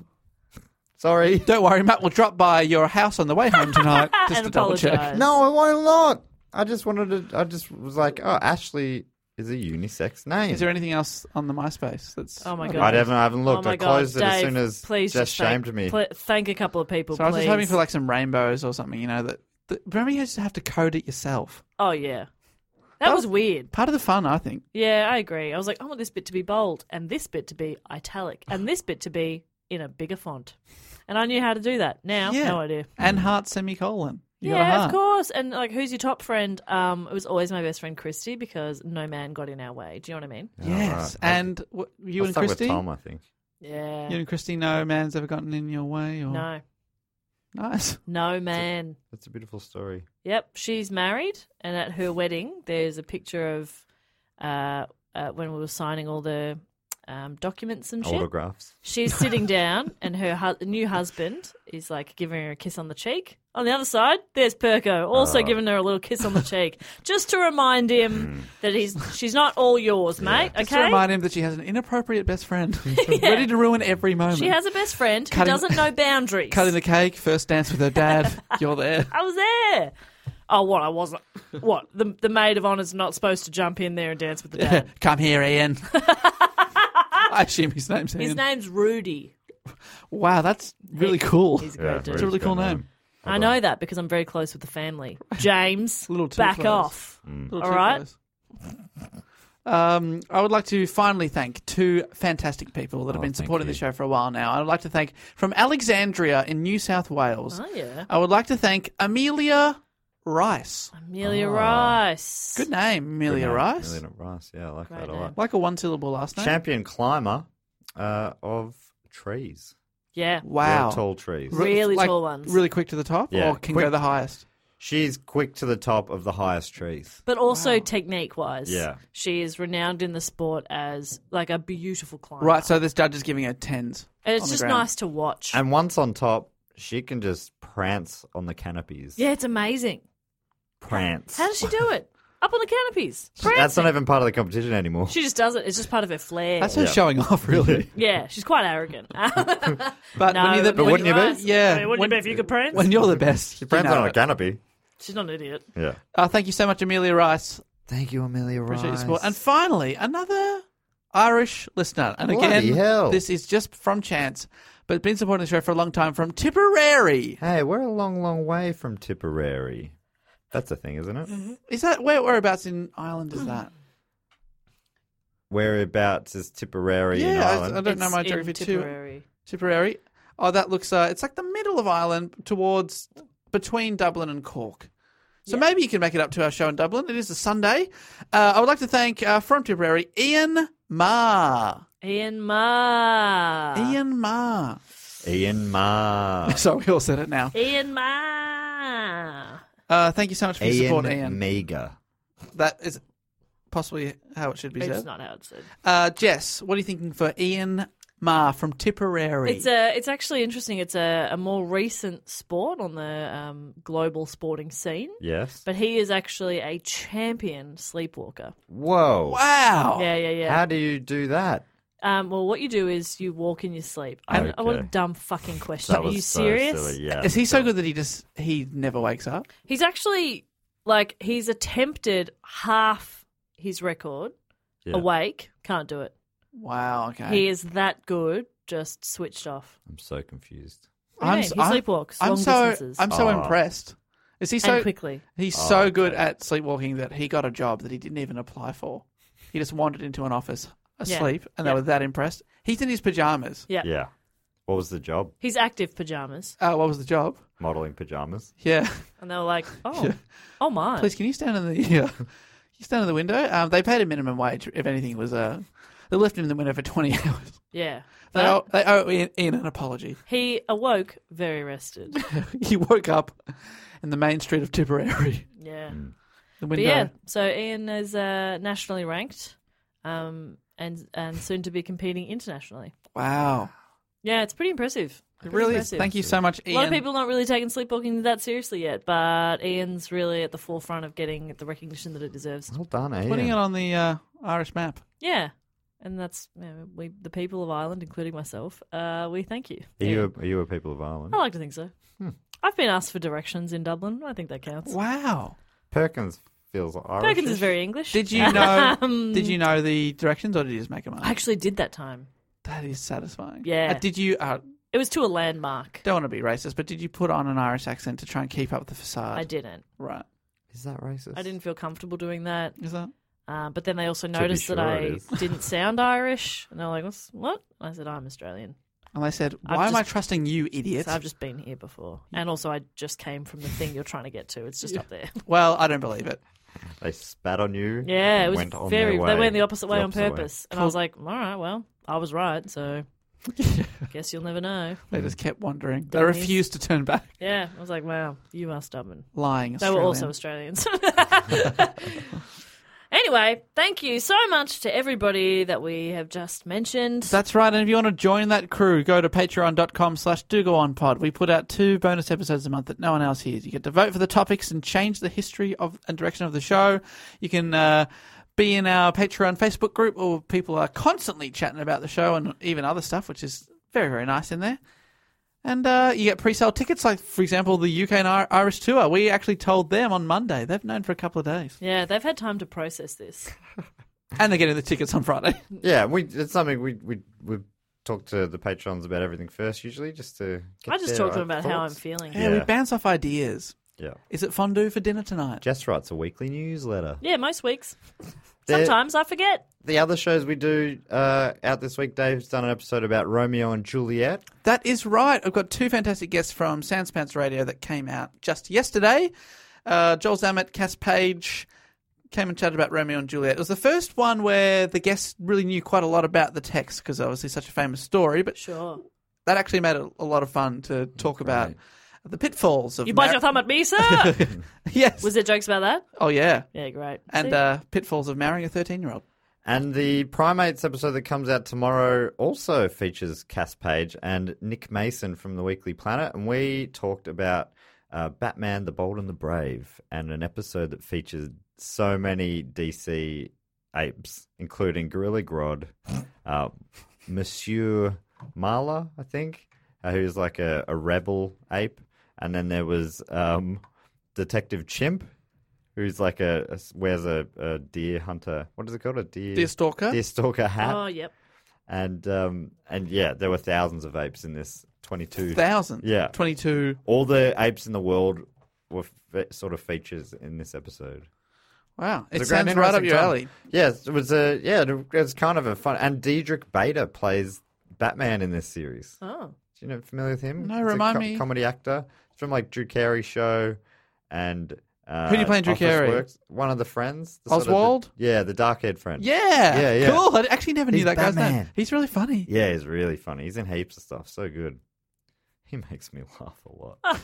C: sorry.
D: Don't worry, Matt. We'll drop by your house on the way home tonight just
A: and
D: to double check.
A: apologise.
C: No, I won't not. I just wanted to. I just was like, oh, Ashley is a unisex name.
D: Is there anything else on the MySpace? That's
A: Oh my
C: I
A: god.
C: haven't, I haven't
A: Oh
C: looked.
A: my
C: I closed
A: god,
C: it as
A: Dave,
C: soon as
A: please
C: Jess
A: just thank,
C: shamed me.
A: pl- thank a couple of people,
D: So I
A: please.
D: was just hoping for like some rainbows or something. You know that. that remember, you just have to code it yourself.
A: Oh yeah, that, was weird.
D: Part of the fun, I think.
A: Yeah, I agree. I was like, I want this bit to be bold, and this bit to be italic, and this bit to be in a bigger font. And I knew how to do that. Now,
D: Yeah.
A: no idea.
D: And heart semicolon. You got a
A: yeah,
D: heart.
A: of course. And like, who's your top friend? Um, it was always my best friend Christy because no man got in our way. Do you know what I mean?
D: Yes,
C: All right.
D: and what, you
C: I'll
D: and
C: start with
D: Christy.
C: Tom, I think.
A: Yeah.
D: You and Christy, no man's ever gotten in your way. Or
A: No,
D: nice.
A: no man.
C: That's a beautiful story.
A: Yep, she's married, and at her wedding, there's a picture of uh, uh when we were signing all the um, documents and shit.
C: Autographs.
A: She's sitting down, and her hu- new husband is like giving her a kiss on the cheek. On the other side, there's Perko also
D: Oh.
A: giving her a little kiss on the cheek, just to remind him that he's she's not all yours, mate. Okay,
D: Just to remind him that she has an inappropriate best friend, ready to ruin every moment.
A: she has a best friend who
D: Cutting-
A: doesn't know boundaries.
D: cutting the cake, first dance with her dad. You're there.
A: I was there. Oh, what I wasn't. What the the maid of honor's not supposed to jump in there and dance with the dad.
D: Come here, Ian. I assume his name's Ian.
A: His name's Rudy.
D: wow, that's really cool.
A: He's a
C: Yeah,
A: great dude.
D: It's a really cool name.
A: I know that because I'm very close with the family. James,
D: Little two
A: back
D: close.
A: off.
C: Mm.
D: Little
A: All
D: two
A: right.
D: close. Um, I would like to finally thank two fantastic people
C: Oh,
D: that have been supporting the show for a while now. I would like to thank from Alexandria in New South Wales.
A: Oh yeah,
D: I would like to thank Amelia Rice.
A: Amelia Rice.
D: Ah. Good name, Amelia Rice.
C: Million at Rice. Yeah, I like that a lot.
D: Like a one syllable last name.
C: Champion climber uh, of trees.
A: Yeah,
D: wow.
C: Real tall trees.
D: Re-
A: Really tall ones.
D: Really quick to the top
C: Yeah.
D: or can go
C: Quick.
D: the highest?
C: She's quick to the top of the highest trees.
A: but also technique wise.
C: Yeah.
A: she is renowned in the sport as like a beautiful climber.
D: Right, so this judge is giving her tens.
A: and it's
D: on the
A: just
D: ground.
A: nice to watch.
C: And once on top, she can just prance on the canopies.
A: yeah, it's amazing.
C: Prance.
A: How does she do it? Up on the canopies.
C: That's
A: prancing.
C: not even part of the competition anymore.
A: She just does it. It's just part of her flair.
D: That's her
C: Yeah.
D: showing off, really.
A: yeah, she's quite arrogant. but
D: But when you're the,
C: But wouldn't you be?
D: Yeah.
A: I mean, wouldn't
D: When-
A: you be if you could prance?
D: when you're the best,
C: She pranced
D: you know
C: on a
D: it.
C: canopy.
A: she's not an idiot.
C: Yeah.
D: Uh, thank you so much, Amelia Rice.
C: Thank you, Amelia
D: Appreciate your support. And finally, another Irish listener, and
C: Bloody
D: again,
C: hell.
D: this is just from chance, but been supporting the show for a long time from Tipperary.
C: hey, we're a long, long way from Tipperary. That's a thing, isn't it?
A: Mm-hmm.
D: Is that where whereabouts in Ireland is that?
C: Whereabouts is Tipperary in
D: yeah, I, I
C: Ireland?
D: don't know
A: It's
D: my
A: in
D: geography
A: Tipperary.
D: too. Tipperary. Oh, that looks. Uh, it's like the middle of Ireland, towards between Dublin and Cork. So maybe you can make it up to our show in Dublin. It is a Sunday. Uh, I would like to thank uh, from Tipperary, Ian Ma.
A: Ian Ma.
C: Ah.
D: Ian Ma.
C: Ian Ma.
D: so we all said it now.
A: Ian Ma.
D: Uh, thank you so much for your support, Ian.
C: Mega.
D: That is possibly how it should be
A: It's
D: said.
A: not how it's said.
D: Uh, Jess, what are you thinking for Ian Ma from Tipperary?
A: It's a. It's actually interesting. It's a, a more recent sport on the um, global sporting scene.
C: Yes.
A: But he is actually a champion sleepwalker.
C: Whoa. Oh,
D: wow.
A: Yeah, yeah, yeah.
C: How do you do that?
A: Um, well, what you do is you walk in your sleep. And oh, what a
C: Okay.
A: dumb fucking question.
C: That
A: Are
C: was
A: you
C: so
A: serious?
C: silly, Yeah.
D: Is he so good that he just he never wakes up?
A: He's actually like he's attempted half his record
C: Yeah.
A: awake. Can't do it.
D: Wow. Okay.
A: He is that good. Just switched off.
C: I'm so confused.
A: Yeah, he sleepwalks
D: I'm
A: long
D: so
A: distances.
D: I'm so
C: Oh.
D: impressed. Is he so
A: and quickly.
D: He's so good at sleepwalking that he got a job that he didn't even apply for. He just wandered into an office
A: Yeah.
D: asleep, and
A: Yeah.
D: they were that impressed. He's in his pajamas.
A: Yeah.
C: Yeah. What was the job?
A: He's active pajamas.
D: Uh, what was the job?
C: Modeling pajamas.
D: Yeah.
A: And they were like, oh, oh my.
D: Please, can you stand in the yeah? you stand in the window? Um, they paid him minimum wage. If anything, it was uh, they left him in the window for twenty hours.
A: Yeah.
D: They
A: But
D: owe, they owe Ian, Ian an apology.
A: he awoke very rested.
D: he woke up in the main street of Tipperary.
A: Yeah.
D: Mm. The
A: But
D: window.
A: yeah, so Ian is uh, nationally ranked um, and and soon to be competing internationally.
D: Wow.
A: Yeah, it's pretty impressive.
D: It
A: Pretty
D: really is.
A: impressive.
D: Thank you so much,
A: A
D: Ian.
A: lot of people not really taking sleepwalking that seriously yet, but Ian's really at the forefront of getting the recognition that it deserves.
C: Well done, Ian.
D: putting it on the uh, Irish map.
A: Yeah, and that's you know, we the people of Ireland, including myself. Uh, we thank you.
C: Are
A: Ian.
C: you a, Hmm. are you a people of Ireland?
A: I like to think so. I've been asked for directions in Dublin. I think that counts.
D: Wow.
C: Perkins feels Irish.
A: Perkins is very English.
D: Did you know? did you know the directions, or did you just make them up?
A: Um, I actually did that time.
D: that is satisfying.
A: Yeah.
D: Uh, did you? Uh,
A: It was to a landmark.
D: don't want to be racist, but did you put on an Irish accent to try and keep up with the facade?
A: I didn't.
D: Right.
C: Is that racist?
A: I didn't feel comfortable doing that.
D: Is that?
A: Uh, but then they also noticed that
C: sure
A: I
C: it is.
A: didn't sound Irish, and they're like, "What's- "What?" And I said, "I'm Australian."
D: And they said,
A: I've
D: "Why am I
A: just-
D: trusting you, idiot?"
A: So I've just been here before, and also I just came from the thing you're trying to get to. It's just up there.
D: well, I don't believe it.
C: They spat on you.
A: Yeah, it
C: and
A: was
C: went on their
A: very. They
C: way.
A: went the opposite way on
C: opposite
A: purpose, and I was like, "All right, well, I was right, so guess you'll never know."
D: They just kept wandering. They
A: Dummies.
D: refused to turn back.
A: Yeah, I was like, "Wow, you are stubborn."
D: Lying.
A: They were also Australians. anyway, thank you so much to everybody that we have just mentioned.
D: That's right. And if you want to join that crew, go to patreon.com slash do go on pod. We put out two bonus episodes a month that no one else hears. You get to vote for the topics and change the history of and direction of the show. You can uh, be in our Patreon Facebook group where people are constantly chatting about the show and even other stuff, which is very, very nice in there. And uh, you get pre-sale tickets, like for example, the UK and Ir- Irish tour. We actually told them on Monday. They've known for a couple of days,
A: yeah, they've had time to process this.
D: and they're getting the tickets on Friday.
C: Yeah, we it's something we we we talk to the patrons about everything first usually just to. Get
A: I just
C: their uh,
A: talk to them about how I'm
C: thoughts.
A: feeling.
D: Yeah,
C: Yeah.
D: we bounce off ideas.
C: Yeah.
D: Is it fondue for dinner tonight?
C: Jess writes a weekly newsletter.
A: Yeah, most weeks.
C: They're-
A: Sometimes I forget.
C: The other shows we do uh, out this week, Dave's done an episode about Romeo and Juliet.
D: That is right. I've got two fantastic guests from Soundspants Radio that came out just yesterday. Uh, Joel Zammett, Cass Page came and chatted about Romeo and Juliet. It was the first one where the guests really knew quite a lot about the text because obviously such a famous story, but
A: Sure.
D: that actually made it a lot of fun to talk about the pitfalls of
A: You bite
D: mar-
A: your thumb at me, sir.
D: Yes.
A: Was there jokes about that?
D: oh yeah.
A: Yeah, great.
D: And
A: See?
D: uh, pitfalls of marrying a 13-year-old.
C: And the Primates episode that comes out tomorrow also features Cass Page and Nick Mason from the Weekly Planet. And we talked about uh, Batman, the Bold and the Brave, and an episode that featured so many DC apes, including Gorilla Grodd, uh, Monsieur Marla, I think, uh, who's like a, a rebel ape. And then there was um, Detective Chimp, who's like a, a s- wears a, a deer hunter. What is it called? A deer,
D: Dear Stalker.
C: deer stalker hat.
A: oh, yep.
C: And um, and yeah, there were thousands of apes in this twenty two.
D: Thousand.
C: Yeah.
D: 22.
C: All the apes in the world were fe- sort of features in this episode.
D: Wow, it
C: was a grand,
D: sounds right up
C: interesting
D: your
C: time.
D: alley.
C: Yes, it was a yeah. It was kind of a fun. And Diedrich Bader plays Batman in this series.
A: Oh.
C: Do you know familiar with him?
D: No,
C: He's a
D: remind me.
C: Comedy actor. He's from like Drew Carey show, and uh,
D: Who do you play in Drew
C: Office
D: Carey?
C: Works. One of the friends, the sort of the-
D: Oswald?
C: yeah, the dark haired friend.
D: Yeah,
C: yeah, yeah.
D: Cool. I actually never knew
C: He's
D: that guy's name.
C: Batman.
D: He's really funny.
C: Yeah, he's really funny. He's in heaps of stuff. So good. He makes me laugh a lot.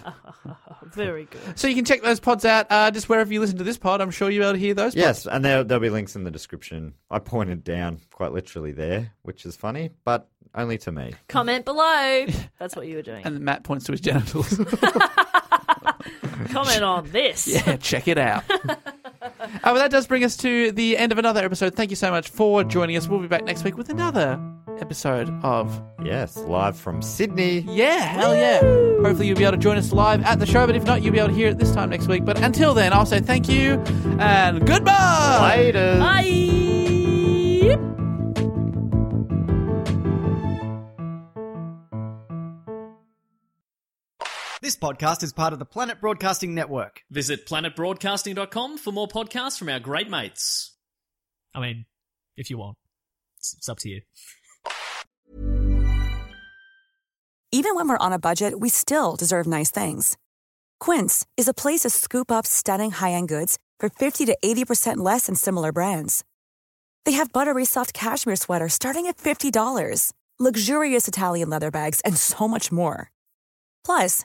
A: Very good.
D: So you can check those pods out uh, just wherever you listen to this pod. I'm sure you'll be able to hear those.
C: Yes, and there, there'll be links in the description. I pointed down quite literally there, which is funny, but only to me.
A: Comment below. That's what you were doing.
D: pods. And Matt points to his genitals.
A: Comment on this.
D: yeah, check it out. Uh, well, that does bring us to the end of another episode. Thank you so much for joining us. We'll be back next week with another episode of
C: Yes, live from Sydney.
D: Mm. Yeah, hell yeah. Hopefully, you'll be able to join us live at the show, but if not, you'll be able to hear it this time next week. But until then, I'll say thank you and goodbye.
C: Later.
A: Bye.
E: This podcast is part of the Planet Broadcasting Network.
J: Visit planetbroadcasting.com for more podcasts from our great mates. I mean, if you want, it's, it's up to you.
K: Even when we're on a budget, we still deserve nice things. Quince is a place to scoop up stunning high-end goods for 50 to 80% less than similar brands. They have buttery soft cashmere sweaters starting at $50, luxurious Italian leather bags, and so much more. Plus,